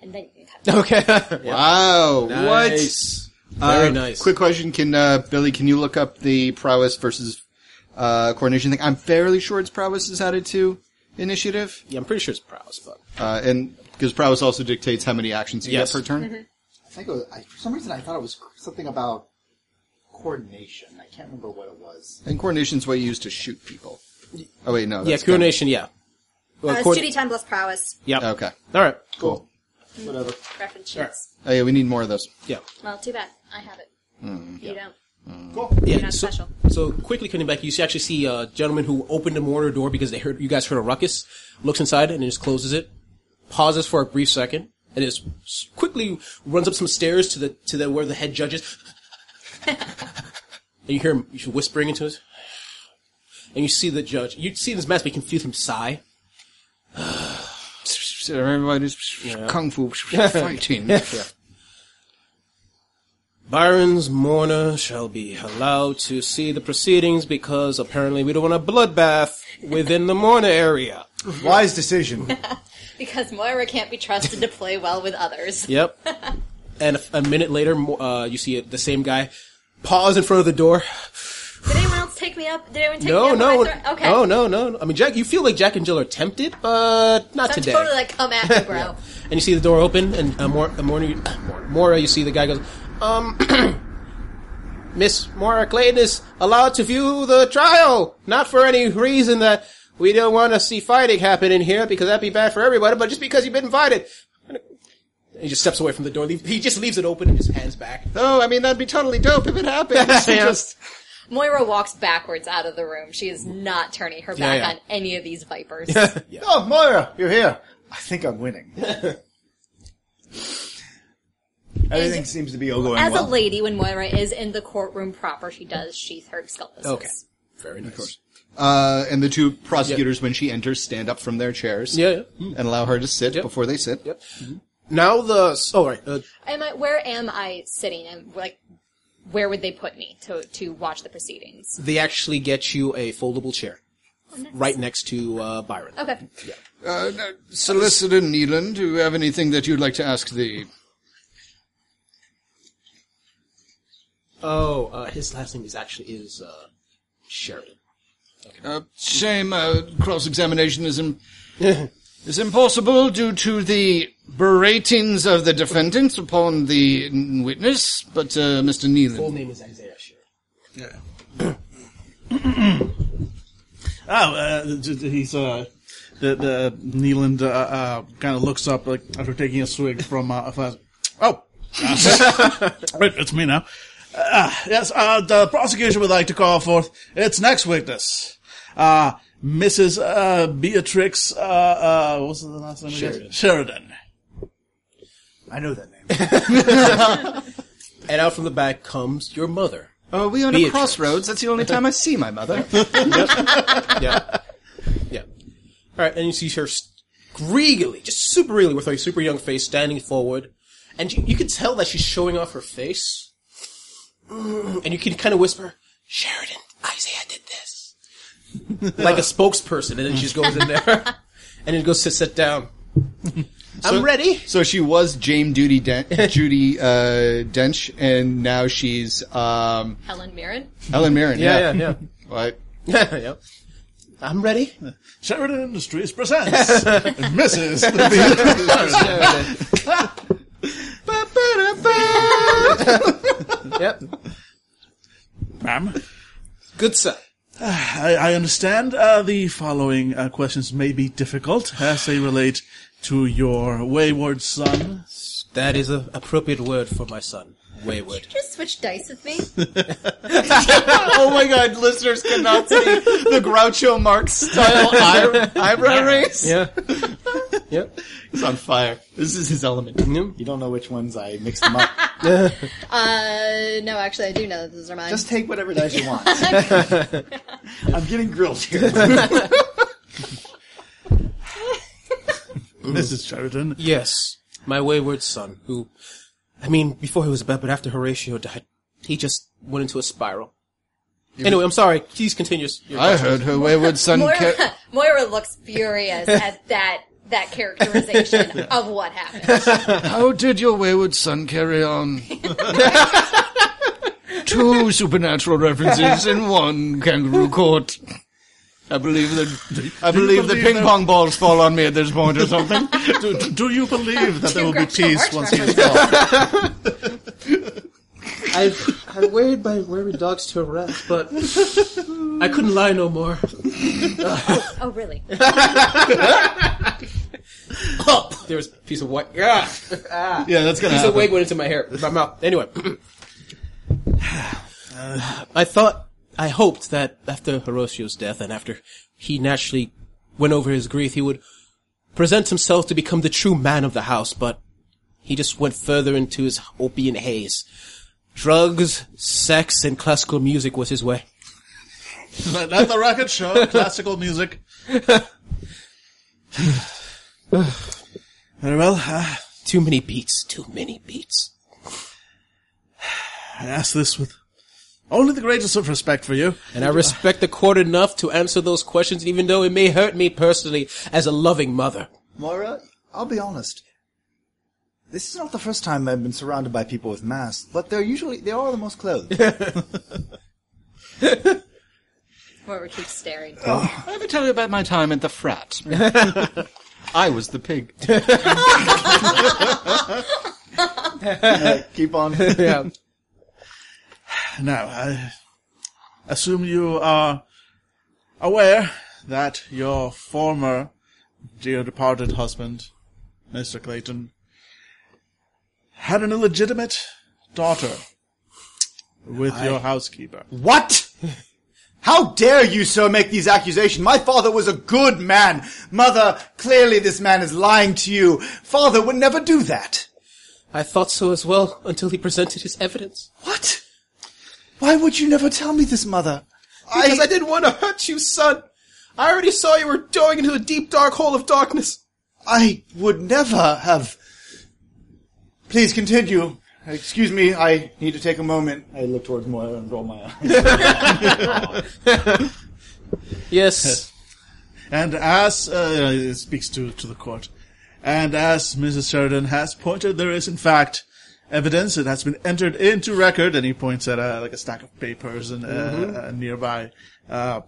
B: And then you cut.
D: okay.
F: Wow.
D: Nice.
F: What?
D: Very
F: Uh,
D: nice.
F: Quick question. Can, uh, Billy, can you look up the prowess versus, uh, coordination thing? I'm fairly sure it's prowess is added to initiative.
D: Yeah, I'm pretty sure it's prowess, but
F: Uh, and, because prowess also dictates how many actions you
D: Yes.
F: get per turn.
E: I think it was, I, for some reason I thought it was something about coordination. I can't remember what it was.
F: And coordination's what you use to shoot people. Oh wait, no.
D: yeah,
F: That's
D: coordination. Yeah. Well,
B: Uh,
D: coord-
B: Study time plus prowess.
D: Yep.
F: Okay.
D: All right.
E: Cool. Whatever.
B: Reference sheets.
F: Oh yeah, we need more of those.
D: Yeah.
B: Well, too bad. I have it. you don't.
D: Yeah.
B: You're not
D: so,
B: special.
D: so quickly coming back, you see- actually see a gentleman who opened the mortar door because they heard you guys heard a ruckus. Looks inside and just closes it. Pauses for a brief second and just s- quickly runs up some stairs to the to the where the head judge is. and you hear him you whispering into his. And you see the judge. You see this mask, but you can feel him sigh.
F: Everybody's kung fu fighting.
D: Byron's mourner shall be allowed to see the proceedings because apparently we don't want a bloodbath within the mourner area.
E: Wise decision.
B: Because Moira can't be trusted to play well with others.
D: Yep. and a, a minute later, mo- uh, you see the same guy pause in front of the door.
B: Did anyone else take me up? Did anyone take me
D: No,
B: up?
D: no,
B: on my throw- Okay.
D: no, no, no. no. I mean, Jack, you feel like Jack and Jill are tempted, but not
B: I'm
D: today.
B: totally like, come at me, bro.
D: And you see the door open, and uh, Mor- uh, Mor- Mora, you see the guy goes, um, Miss Mora Clayton is allowed to view the trial, not for any reason that we don't want to see fighting happen in here because that'd be bad for everybody, but just because you've been invited. And he just steps away from the door. leave- He just leaves it open and just hands back.
F: oh, I mean that'd be totally dope if it happened. Just-
B: Moira walks backwards out of the room. She is not turning her
D: Yeah,
B: back
D: yeah.
B: on any of these vipers.
E: oh, Moira, you're here. I think I'm winning. Everything seems to be all going
B: As a
E: well.
B: lady, when Moira is in the courtroom proper, she does sheath her sculptus.
D: Okay. Very nice.
F: uh, and the two prosecutors, when she enters, stand up from their chairs.
D: Yeah, yeah.
F: And allow her to sit before they sit.
D: Yep. Now the, oh, right, uh,
B: Am I, where am I sitting? And like, where would they put me to to watch the proceedings?
D: they actually get you a foldable chair. Right next to, uh, Byron.
B: Okay.
F: Solicitor Neelan, do you have anything that you'd like to ask the?
D: Oh, uh, his last name is actually is uh, Sheridan.
F: Uh, shame, uh, cross examination is im- is impossible due to the beratings of the defendant upon the mm, witness. But uh, Mr. Neelan,
D: name is Isaiah Sheridan.
G: Yeah. oh, uh, j- j- he's uh, the the Neeland uh, uh, kind of looks up like after taking a swig from uh, a flask. Oh, Wait, it's me now. Uh, yes, uh, the prosecution would like to call forth its next witness, uh, Mrs. Uh, Beatrix. Uh, uh, what was the last name? again? Sheridan.
E: I know that name.
D: And out from the back comes your mother.
F: Oh, we own
D: Beatrice.
F: a crossroads. That's the only time I see my mother.
D: Yeah, yeah. All right, and you see her st- regally, just super regally, with her super young face, standing forward, and you, you can tell that she's showing off her face, Mm, and you can kind of whisper, "Sheridan, Isaiah did this," like a spokesperson, and then she just goes in there, and then goes to sit down. I'm ready.
F: so she was Jame Judy Den- Judy uh, Dench, and now she's um,
B: Helen Mirren.
F: Ellen Mirren.
D: Yeah, yeah,
F: Right.
D: yeah. yeah. I'm ready.
G: Sheridan Industries presents Mrs. Beatrix.
D: Yep.
G: Ma'am.
D: Good sir.
G: I, I understand uh, the following uh, questions may be difficult as they relate to your wayward son.
D: That is an appropriate word for my son, Wayward.
B: Just switch dice with me.
F: Oh my God! Listeners cannot see the Groucho Marx style eye- eyebrow raise.
D: Yeah. yep.
F: He's on fire. This is his element.
D: Mm-hmm.
E: You don't know which ones I mixed them up.
B: Uh, no, actually, I do know that those are mine.
E: Just take whatever dice you want. I'm getting grilled here.
G: Mrs. Sheridan.
D: Yes, my wayward son, who, I mean, before he was bad, but after Horatio died, he just went into a spiral. Anyway, I'm sorry. Please continue. your-
F: I heard her wayward son.
B: Moira,
F: Ca-
B: Moira looks furious at that that characterization of what happened.
F: How did your wayward son carry on? Two supernatural references in one kangaroo court. I believe that I believe the
G: believe
F: ping
G: that-
F: pong balls fall on me at this point or something.
G: do, do- do you believe that there will be
B: Groucho
G: peace
B: Marx
G: once he is
B: references.
G: gone?
D: I I worried by weary dogs to a rest, but I couldn't lie no more.
B: Oh, really?
D: There was a piece of white. Yeah,
G: Yeah, that's gonna
D: piece of
G: happen.
D: wig went into my hair, my mouth. Anyway, I thought, I hoped that after Horatius' death and after he naturally went over his grief, he would present himself to become the true man of the house. But he just went further into his opium haze. Drugs, sex, and classical music was his way.
G: Let the record show classical music. Very well. Uh,
D: Too many beats. Too many beats.
G: I ask this with only the greatest of respect for you.
D: And I respect the court enough to answer those questions, even though it may hurt me personally as a loving mother.
E: Moira, I'll be honest. This is not the first time I've been surrounded by people with masks, but they're usually they are the most clothed.
B: Moira keeps staring.
F: Let me tell you about my time at the frat. I was the pig.
E: Keep on.
D: Yeah.
G: Now, I assume you are aware that your former dear departed husband, Mr. Clayton, had an illegitimate daughter with your housekeeper.
E: What? How dare you, sir, make these accusations? My father was a good man. Mother, clearly this man is lying to you. Father would never do that.
D: I thought so as well until he presented his evidence.
E: What? Why would you never tell me this, mother?
D: Because I didn't want to hurt you, son. I already saw you were going into a deep dark hole of darkness.
E: I would never have. Please continue. Excuse me, I need to take a moment. I look towards Moira and roll my eyes.
D: Yes.
G: And as, uh, it speaks to, to the court, and as Mrs. Sheridan has pointed, there is in fact evidence that has been entered into record, and he points at uh, like a stack of papers and uh, uh, nearby, uh,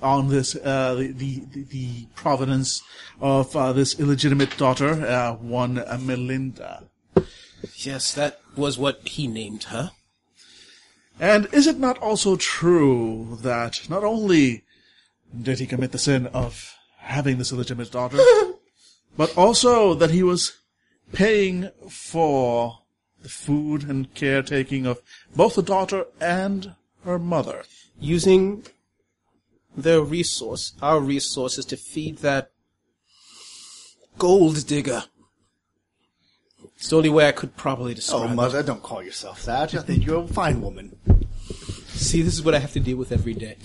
G: on this, uh, the, the, the provenance of uh, this illegitimate daughter, uh, one uh, Melinda.
D: Yes, that was what he named her.
G: And is it not also true that not only did he commit the sin of having this illegitimate daughter, but also that he was paying for the food and caretaking of both the daughter and her mother?
D: Using their resource, our resources, to feed that gold digger. It's the only way I could probably
E: Oh,
D: describe it.
E: mother, don't call yourself that. I think you're a fine woman.
D: See, this is what I have to deal with every day.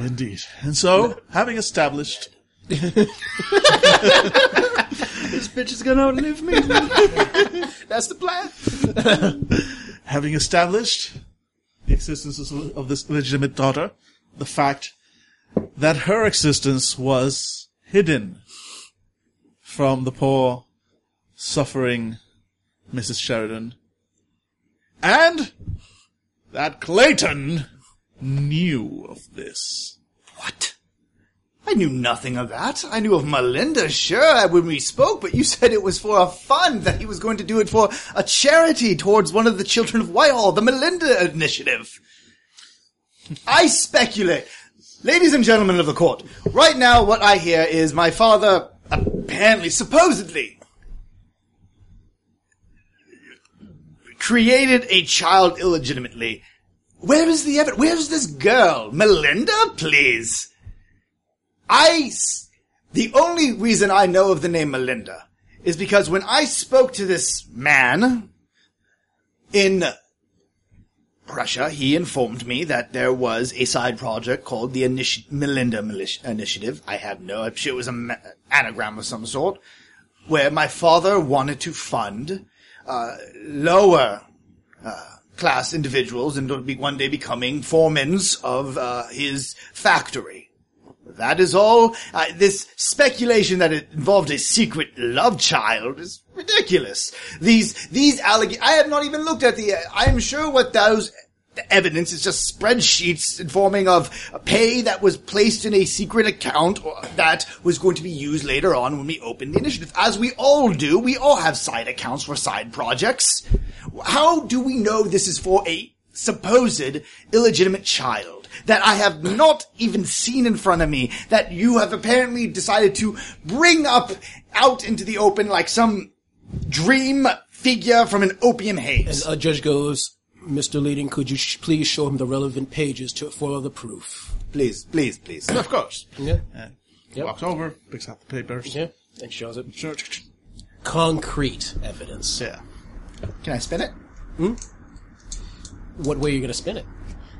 G: Indeed. And so, having established
F: Bitch is gonna outlive me.
D: That's the plan.
G: having established the existence of- of this legitimate daughter, the fact that her existence was hidden from the poor, suffering Mrs. Sheridan, and that Clayton knew of this.
E: What? I knew nothing of that. I knew of Melinda, sure, when we spoke, but you said it was for a fund, that he was going to do it for a charity towards one of the children of Whitehall, the Melinda Initiative. I speculate. Ladies and gentlemen of the court, right now what I hear is my father apparently, supposedly, created a child illegitimately. Where is the evidence? Where's this girl? Melinda, please. I, s- the only reason I know of the name Melinda is because when I spoke to this man in Russia, he informed me that there was a side project called the Initi- Melinda Milish- Initiative. I have no, I'm sure it was an anagram of some sort. where my father wanted to fund uh, lower uh, class individuals and would be one day becoming foremans of uh, his factory. That is all. Uh, this speculation that it involved a secret love child is ridiculous. These these alleg- I have not even looked at the. I am sure what those the evidence is just spreadsheets informing of pay that was placed in a secret account or that was going to be used later on when we open the initiative. As we all do, we all have side accounts for side projects. How do we know this is for a supposed illegitimate child that I have not even seen in front of me that you have apparently decided to bring up out into the open like some dream figure from an opium haze?
D: uh,
J: A judge goes, Mr. Leading, could you sh- please show him the relevant pages to follow the proof?
E: Please, please, please.
C: Of course.
J: Yeah.
C: And Walks over, picks out the papers.
J: Yeah. And shows it.
C: Sure.
J: Concrete evidence.
C: Yeah.
E: Can I spin it?
J: What way are you going to spin it?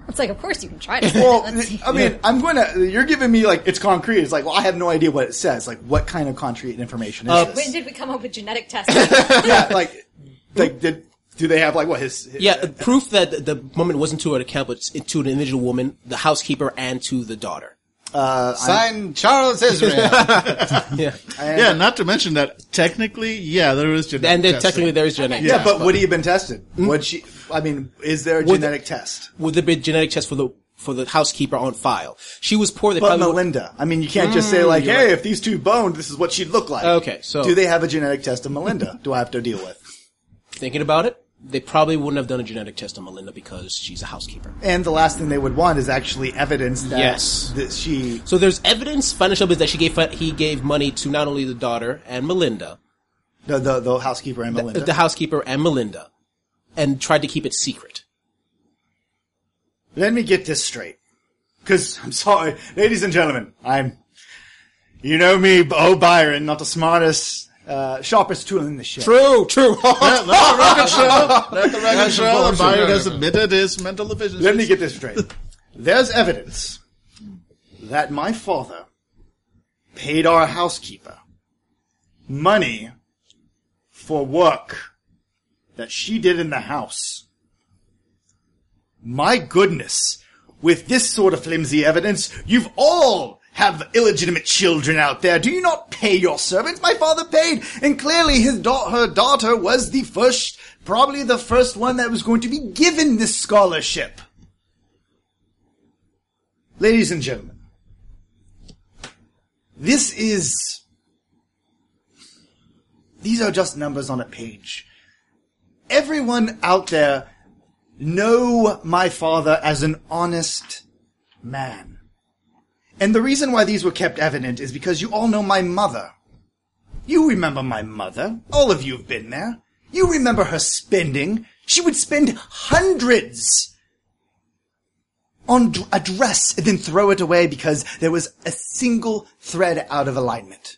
B: It's like, of course you can try to.
E: Well,
B: Let's see.
E: I mean, I'm going to. You're giving me like it's concrete. It's like, well, I have no idea what it says. Like, what kind of concrete information is
B: when
E: this?
B: did we come up with genetic testing?
E: yeah, like, like, did, do they have like what his? his-
D: Yeah, proof that the- the moment wasn't to an account, but to an individual woman, the housekeeper, and to the daughter.
F: Sign Charles Israel.
G: Yeah, not to mention that technically, yeah, there is genetic
D: And then
G: testing.
D: technically there is genetic.
E: yeah, but would he have been tested? Would she? I mean, is there a genetic test?
D: Would there be a genetic test for the for the housekeeper on file? She was poor. They
E: But
D: probably would- Mm,
E: Melinda, I mean, you can't just say like, hey, if these two boned, this is what she'd look like.
D: Okay, so-
E: do they have a genetic test of Melinda? do I have to deal with?
D: thinking about it. They probably wouldn't have done a genetic test on Melinda because she's a housekeeper.
E: And the last thing they would want is actually evidence that
D: Yes.
E: that she
D: So there's evidence, financial evidence that she gave he gave money to not only the daughter and Melinda,
E: the the, the housekeeper and Melinda.
D: the housekeeper and Melinda, and tried to keep it secret.
E: Let me get this straight. Cause I'm sorry, ladies and gentlemen, I'm, you know me, oh Byron, not the smartest, uh, sharpest tool in the shed.
D: True, true.
G: Let the record show. Let the record show. The buyer has admitted his mental deficiency.
E: Let me get this straight. There's evidence that my father paid our housekeeper money for work that she did in the house. My goodness, with this sort of flimsy evidence, you've all have illegitimate children out there. Do you not pay your servants? My father paid, and clearly his da- her daughter was the first, probably the first one that was going to be given this scholarship. Ladies and gentlemen, this is. These are just numbers on a page. Everyone out there know my father as an honest man. And the reason why these were kept evident is because you all know my mother. You remember my mother. All of you have been there. You remember her spending. She would spend hundreds on dr- a dress and then throw it away because there was a single thread out of alignment.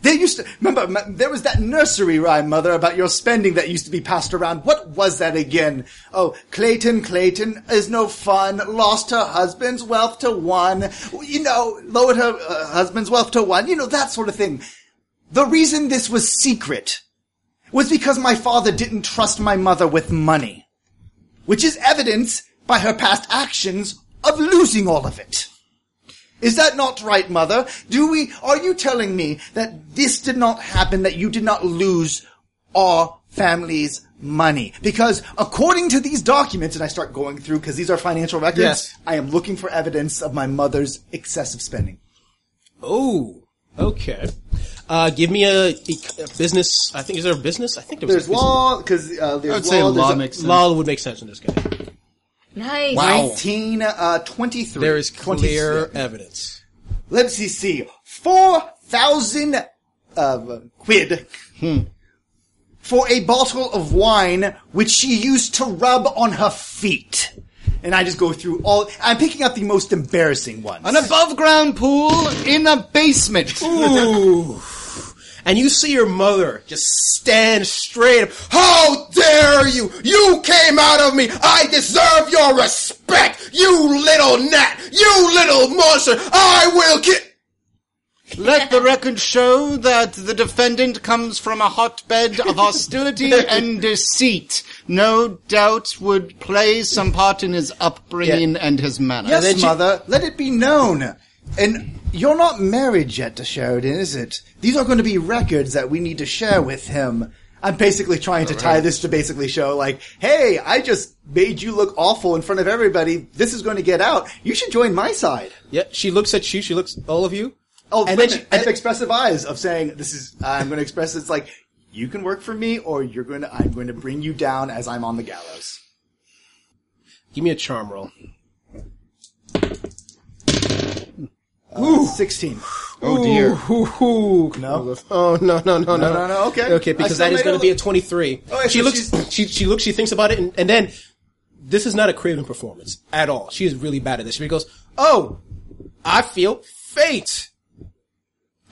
E: There used to remember m- there was that nursery rhyme, mother, about your spending that used to be passed around. What was that again? Oh, Clayton, Clayton is no fun. Lost her husband's wealth to one. You know, lowered her uh, husband's wealth to one. You know that sort of thing. The reason this was secret was because my father didn't trust my mother with money, which is evidence by her past actions of losing all of it. Is that not right, mother? Do we, are you telling me that this did not happen, that you did not lose our family's money? Because according to these documents, and I start going through because these are financial records,
D: Yes.
E: I am looking for evidence of my mother's excessive spending.
D: Oh, okay. Uh, give me a, a business. I think is there a business? I think there was
E: There's
D: a business.
E: law, because uh, there's
F: I would say
E: law,
F: law
E: there's a-
F: makes sense.
D: Law would make sense in this case.
B: nice.
E: uh, 1923.
D: There is clear evidence.
E: Let's see, see. 4,000 uh, quid for a bottle of wine which she used to rub on her feet. And I just go through all. I'm picking up the most embarrassing ones.
F: An above ground pool in a basement.
D: Ooh. And you see your mother just stand straight up. How dare you! You came out of me! I deserve your respect! You little gnat! You little monster! I will get.
F: Let the record show that the defendant comes from a hotbed of hostility and deceit. No doubt would play some part in his upbringing and his manner.
E: Yes, mother, let it be known. And you're not married yet to Sheridan, is it? These are going to be records that we need to share with him. I'm basically trying to tie this to basically show, like, hey, I just made you look awful in front of everybody. This is going to get out. You should join my side.
D: Yeah, she looks at you. She looks at all of you.
E: Oh,
D: And
E: and,
D: then she- and-
E: expressive eyes of saying, this is, I'm going to express it's like, you can work for me or you're going to, I'm going to bring you down as I'm on the gallows.
D: Give me a charm roll.
E: 16.
F: Oh dear.
E: No?
D: Oh no no no no no
E: no, okay.
D: okay
E: I
D: because
E: still
D: that is
E: made
D: going
E: it
D: to be a
E: look-
D: twenty three.
E: Oh, yeah,
D: she
E: so
D: looks
E: she's-
D: she she looks she thinks about it and, and then this is not a craven performance at all. She is really bad at this. She goes, oh, I feel faint.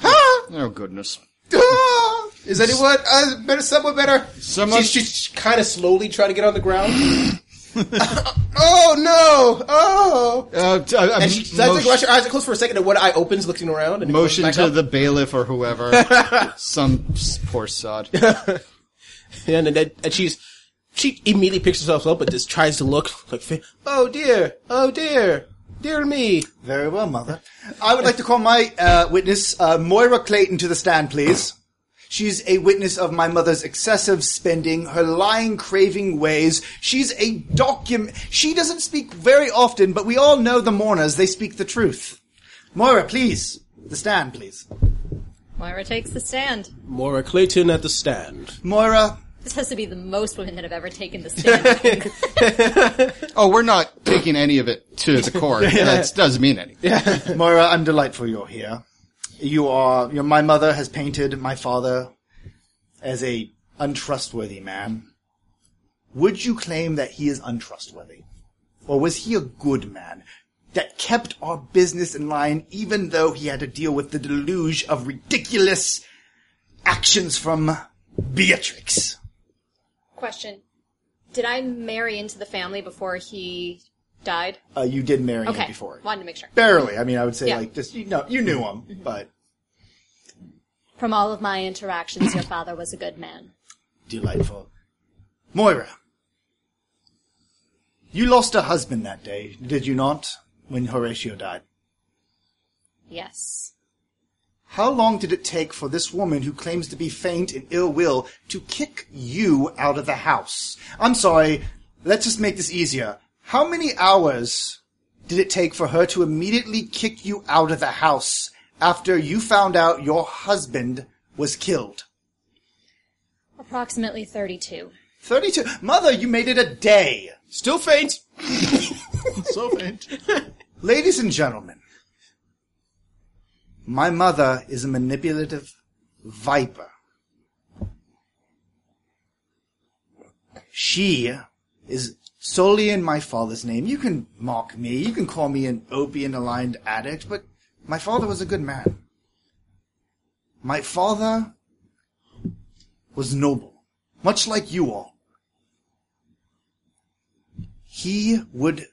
F: Oh goodness.
D: Ah! Is anyone uh, better? Someone better?
F: Someone-
D: She, she kind of slowly try to get on the ground. oh no! Oh.
F: Uh, t- uh,
D: And she
F: mo-
D: decides to watch her eyes are closed for a second, and one eye opens, looking around. And it goes
F: motion
D: back
F: to
D: up.
F: the bailiff or whoever. Some s- poor sod.
D: and, and, and she's she immediately picks herself up, but just tries to look like, oh dear, oh dear, dear me.
E: Very well, mother. I would like to call my uh, witness uh, Moira Clayton to the stand, please. She's a witness of my mother's excessive spending, her lying, craving ways. She's a document. She doesn't speak very often, but we all know the mourners. They speak the truth. Moira, please. The stand, please.
B: Moira takes the stand.
D: Maura Clayton at the stand.
E: Moira,
B: This has to be the most women that have ever taken the stand.
F: Oh, we're not taking any of it to the court. That doesn't mean anything.
E: Moira, I'm delightful you're here. You are. you my mother has painted my father as a untrustworthy man. Would you claim that he is untrustworthy, or was he a good man that kept our business in line, even though he had to deal with the deluge of ridiculous actions from Beatrix?
B: Question: Did I marry into the family before he died?
E: Uh, you did marry
B: Okay,
E: him before,
B: wanted to make sure.
E: barely. I mean, I would say
B: Yeah.
E: like just you know you knew him, but
B: From all of my interactions, your father was a good man.
E: Delightful. Moira, you lost a husband that day, did you not, when Horatio died?
B: Yes.
E: How long did it take for this woman who claims to be faint in ill will to kick you out of the house? I'm sorry, let's just make this easier. How many hours did it take for her to immediately kick you out of the house after you found out your husband was killed?
B: Approximately thirty-two.
E: 32. Mother, you made it a day.
D: Still faint.
G: so faint.
E: Ladies and gentlemen, my mother is a manipulative viper. She is solely in my father's name. You can mock me, you can call me an opium aligned addict, but my father was a good man. My father was noble, much like you all. He would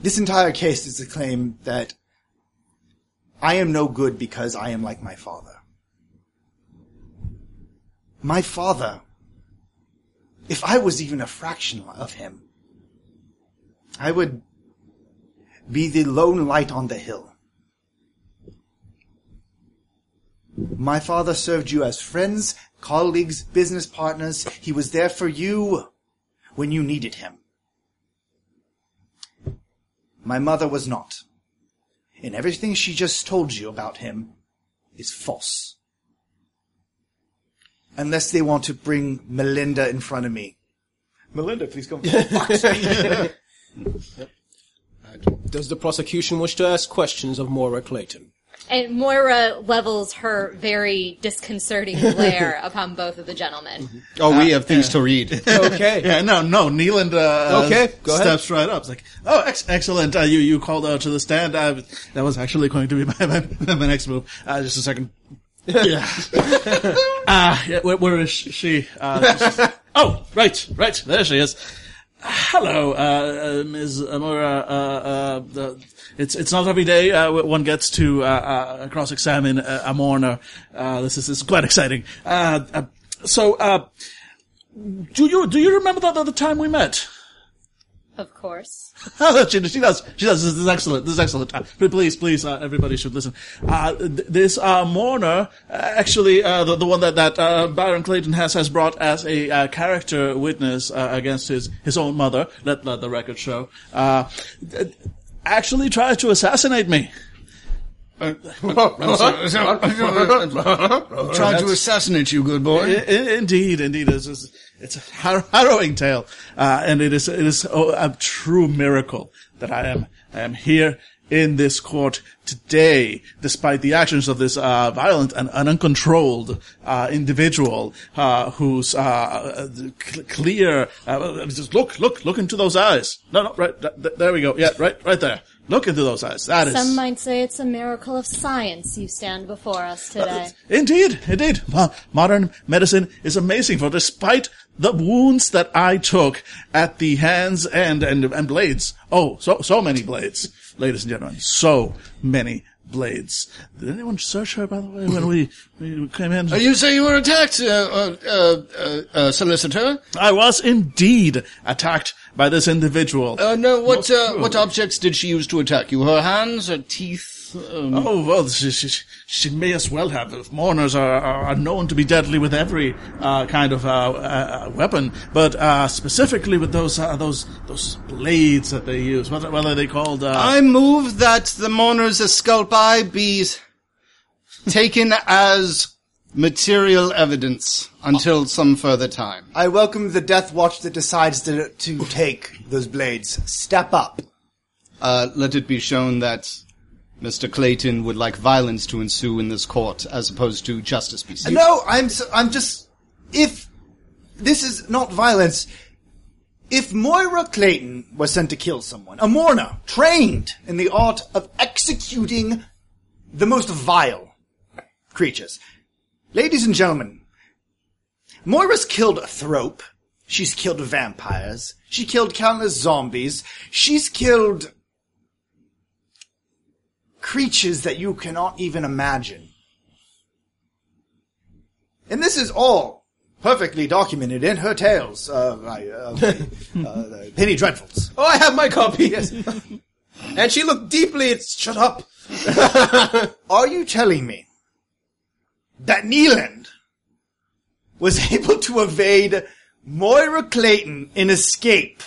E: this entire case is a claim that I am no good because I am like my father. My father, if I was even a fraction of him, I would be the lone light on the hill. My father served you as friends, colleagues, business partners. He was there for you when you needed him. My mother was not. And everything she just told you about him is false. Unless they want to bring Melinda in front of me. Melinda, please come.
D: Does the prosecution wish to ask questions of Maura Clayton?
B: And Moira levels her very disconcerting glare upon both of the gentlemen.
E: Mm-hmm.
F: Oh, we have things to read.
D: Okay.
G: Uh, Yeah, no, no. Neeland uh,
D: Okay, go ahead.
G: steps right up. It's like, oh, ex- excellent. Uh, you you called out to the stand. Uh, that was actually going to be my my, my next move. Uh, just a second. yeah. Uh, Ah, yeah, where, where is she? Uh, she's- oh, right, right. There she is. Hello, uh, uh, Ms. Amora. Uh, uh, uh, it's it's not every day uh, one gets to uh, uh, cross-examine uh, a mourner. Uh, this is this is quite exciting. Uh, uh, so, uh, do you do you remember that other time we met?
B: Of course.
G: Oh, she, she does. She does. This is excellent. This is excellent. Uh, but please, please, uh, everybody should listen. Uh, th- this uh, mourner, uh, actually, uh, the, the one that that uh, Baron Clayton has has brought as a uh, character witness uh, against his his own mother. Let let the record show. Uh, th- actually, tried to assassinate me.
F: Tried to assassinate you, good
G: I-
F: boy.
G: I- Indeed, indeed, it's just, it's a har- harrowing tale, uh, and it is it is oh, a true miracle that I am I am here in this court today, despite the actions of this uh, violent and, and uncontrolled uh, individual uh, whose uh, uh, cl- clear uh, just look look look into those eyes. No, no, right th- th- there we go. Yeah, right, right there. Look into those eyes. That is
B: Some might say it's a miracle of science you stand before us
E: Uh,
B: today.
G: Indeed, indeed. Mo- modern medicine is amazing, for despite the wounds that I took at the hands and, and, and blades, oh, so, so many blades, ladies and gentlemen, so many blades. Did anyone search her, by the way, when we, we came in?
F: You say you were attacked, uh, uh, uh, uh, uh, solicitor.
G: I was indeed attacked by this individual.
F: Uh, no, what uh, what objects did she use to attack you? Her hands, her teeth. Um,
G: Oh well, she, she, she may as well have. If mourners are, are, are known to be deadly with every uh, kind of uh, uh, weapon, but uh, specifically with those uh, those those blades that they use. What, what are they called? Uh,
F: I move that the mourner's esculpi be taken as material evidence until some further time.
E: I welcome the Death Watch that decides to, to take those blades. Step up.
F: Uh, let it be shown that Mr. Clayton would like violence to ensue in this court as opposed to justice be served.
E: No, I'm s I'm just if this is not violence. If Moira Clayton was sent to kill someone, a mourner trained in the art of executing the most vile creatures, ladies and gentlemen, Moira's killed a thrope. She's killed vampires. She killed countless zombies. She's killed creatures that you cannot even imagine. And this is all perfectly documented in her tales of uh, uh, uh, uh, Penny Dreadfuls.
D: Oh, I have my copy. Yes. and she looked deeply. It's shut up.
E: Are you telling me that Neeland was able to evade Moira Clayton and escape?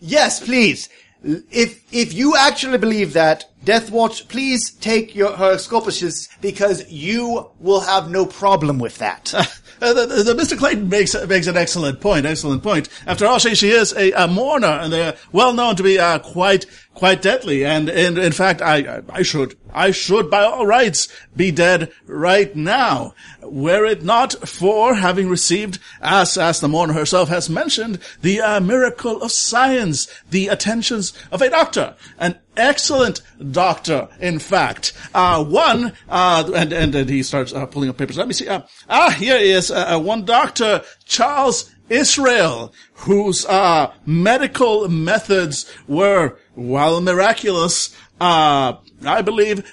E: Yes, please. L- If if you actually believe that, Death Watch, please take your her sculptures because you will have no problem with that.
G: Uh, the, the, the Mr. Clayton makes makes an excellent point. Excellent point. After all, she, she is a, a mourner, and they're well known to be uh, quite quite deadly. And, and in fact, I I should I should by all rights be dead right now, were it not for having received, as as the mourner herself has mentioned, the uh, miracle of science, the attentions of a doctor, an excellent doctor, in fact. Uh, one, uh, and, and, and he starts uh, pulling up papers. Let me see. Uh, ah, here is uh, uh, one doctor, Charles Israel, whose uh, medical methods were, while miraculous, uh, I believe,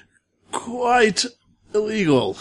G: quite illegal.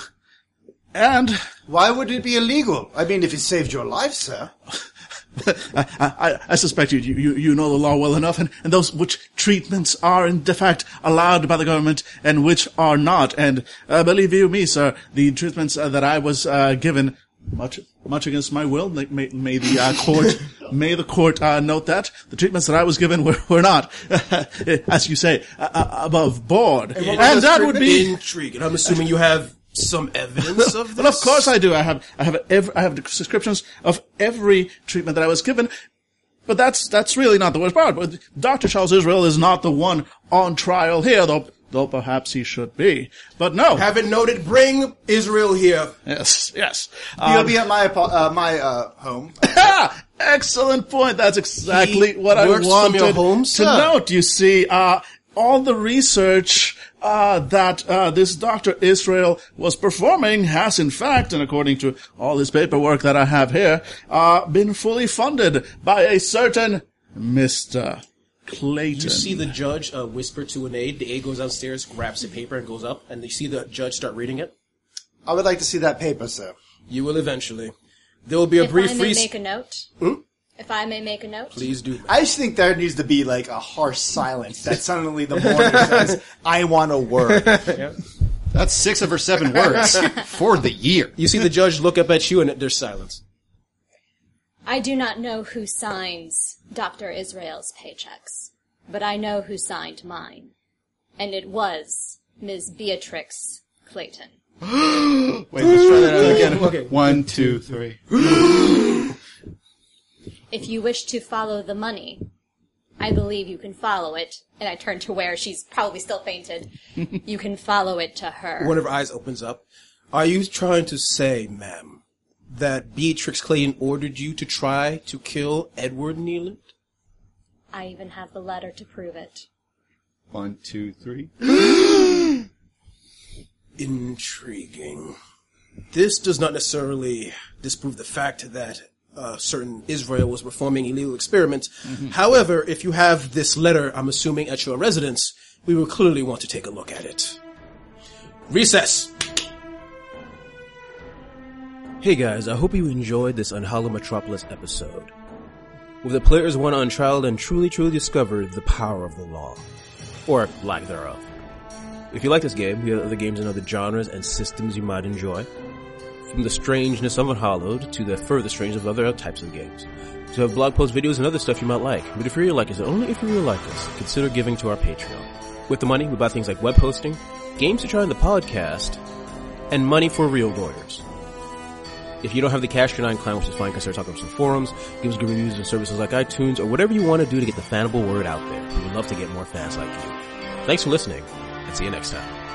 G: And
E: Why would it be illegal? I mean, if it saved your life, sir.
G: I, I, I suspect you, you, you know the law well enough, and, and those which treatments are in de fact allowed by the government and which are not. And uh, believe you me, sir, the treatments uh, that I was uh, given, much much against my will, may, may, may the uh, court may the court uh, note that the treatments that I was given were, were not, as you say, uh, uh, above board. And, that would be
J: intriguing. I'm assuming you have some evidence of this.
G: well, of course I do. I have, I have, ev- I have descriptions of every treatment that I was given. But that's, that's really not the worst part. But Dr. Charles Israel is not the one on trial here, though, though perhaps he should be. But no.
J: Have it noted. Bring Israel here.
G: yes, yes.
E: You'll
G: Um,
E: be at my apo- uh, my uh, home.
G: ah, excellent point. That's exactly what I
J: works from
G: wanted
J: your home,
G: to
J: sir.
G: note. You see, uh, all the research uh, that uh, this Dr. Israel was performing has, in fact, and according to all this paperwork that I have here, uh, been fully funded by a certain Mr. Clayton.
K: You see the judge uh, whisper to an aide. The aide goes downstairs, grabs the paper, and goes up. And you see the judge start reading it.
E: I would like to see that paper, sir.
K: You will eventually. There will be a
B: If I
K: brief
B: may
K: recess.
B: make a note. If I may make a note.
K: Please do.
E: I just think there needs to be like a harsh silence that suddenly the mourner says, "I want a word."
F: That's six of her seven words for the year.
K: You see the judge look up at you, and there's silence.
B: I do not know who signs Dr. Israel's paychecks, but I know who signed mine. And it was Ms. Beatrix Clayton.
F: Wait, let's try that out again. One, two, three.
B: If you wish to follow the money, I believe you can follow it. And I turn to where she's probably still fainted. you can follow it to her.
D: One of her eyes opens up. Are you trying to say, ma'am, that Beatrix Clayton ordered you to try to kill Edward Neeland?
B: I even have the letter to prove it.
F: One, two, three.
D: Intriguing. This does not necessarily disprove the fact that uh, certain Israel was performing illegal experiments. However, if you have this letter, I'm assuming at your residence, we will clearly want to take a look at it. Recess.
C: Hey guys, I hope you enjoyed this Unhollow Metropolis episode, where the players went on trial and truly, truly discovered the power of the law, or lack thereof. If you like this game, we have other games in other genres and systems you might enjoy, from the strangeness of Unhollowed to the further strange of other types of games. To have blog posts, videos, and other stuff you might like, but if you really like us, and only if you really like us, consider giving to our Patreon. With the money, we buy things like web hosting, games to try on the podcast, and money for real lawyers. If you don't have the cash, you're not inclined, which is fine. Consider talking to some forums, give us good reviews and services like iTunes, or whatever you want to do to get the fanable word out there. We would love to get more fans like you. Thanks for listening, and see you next time.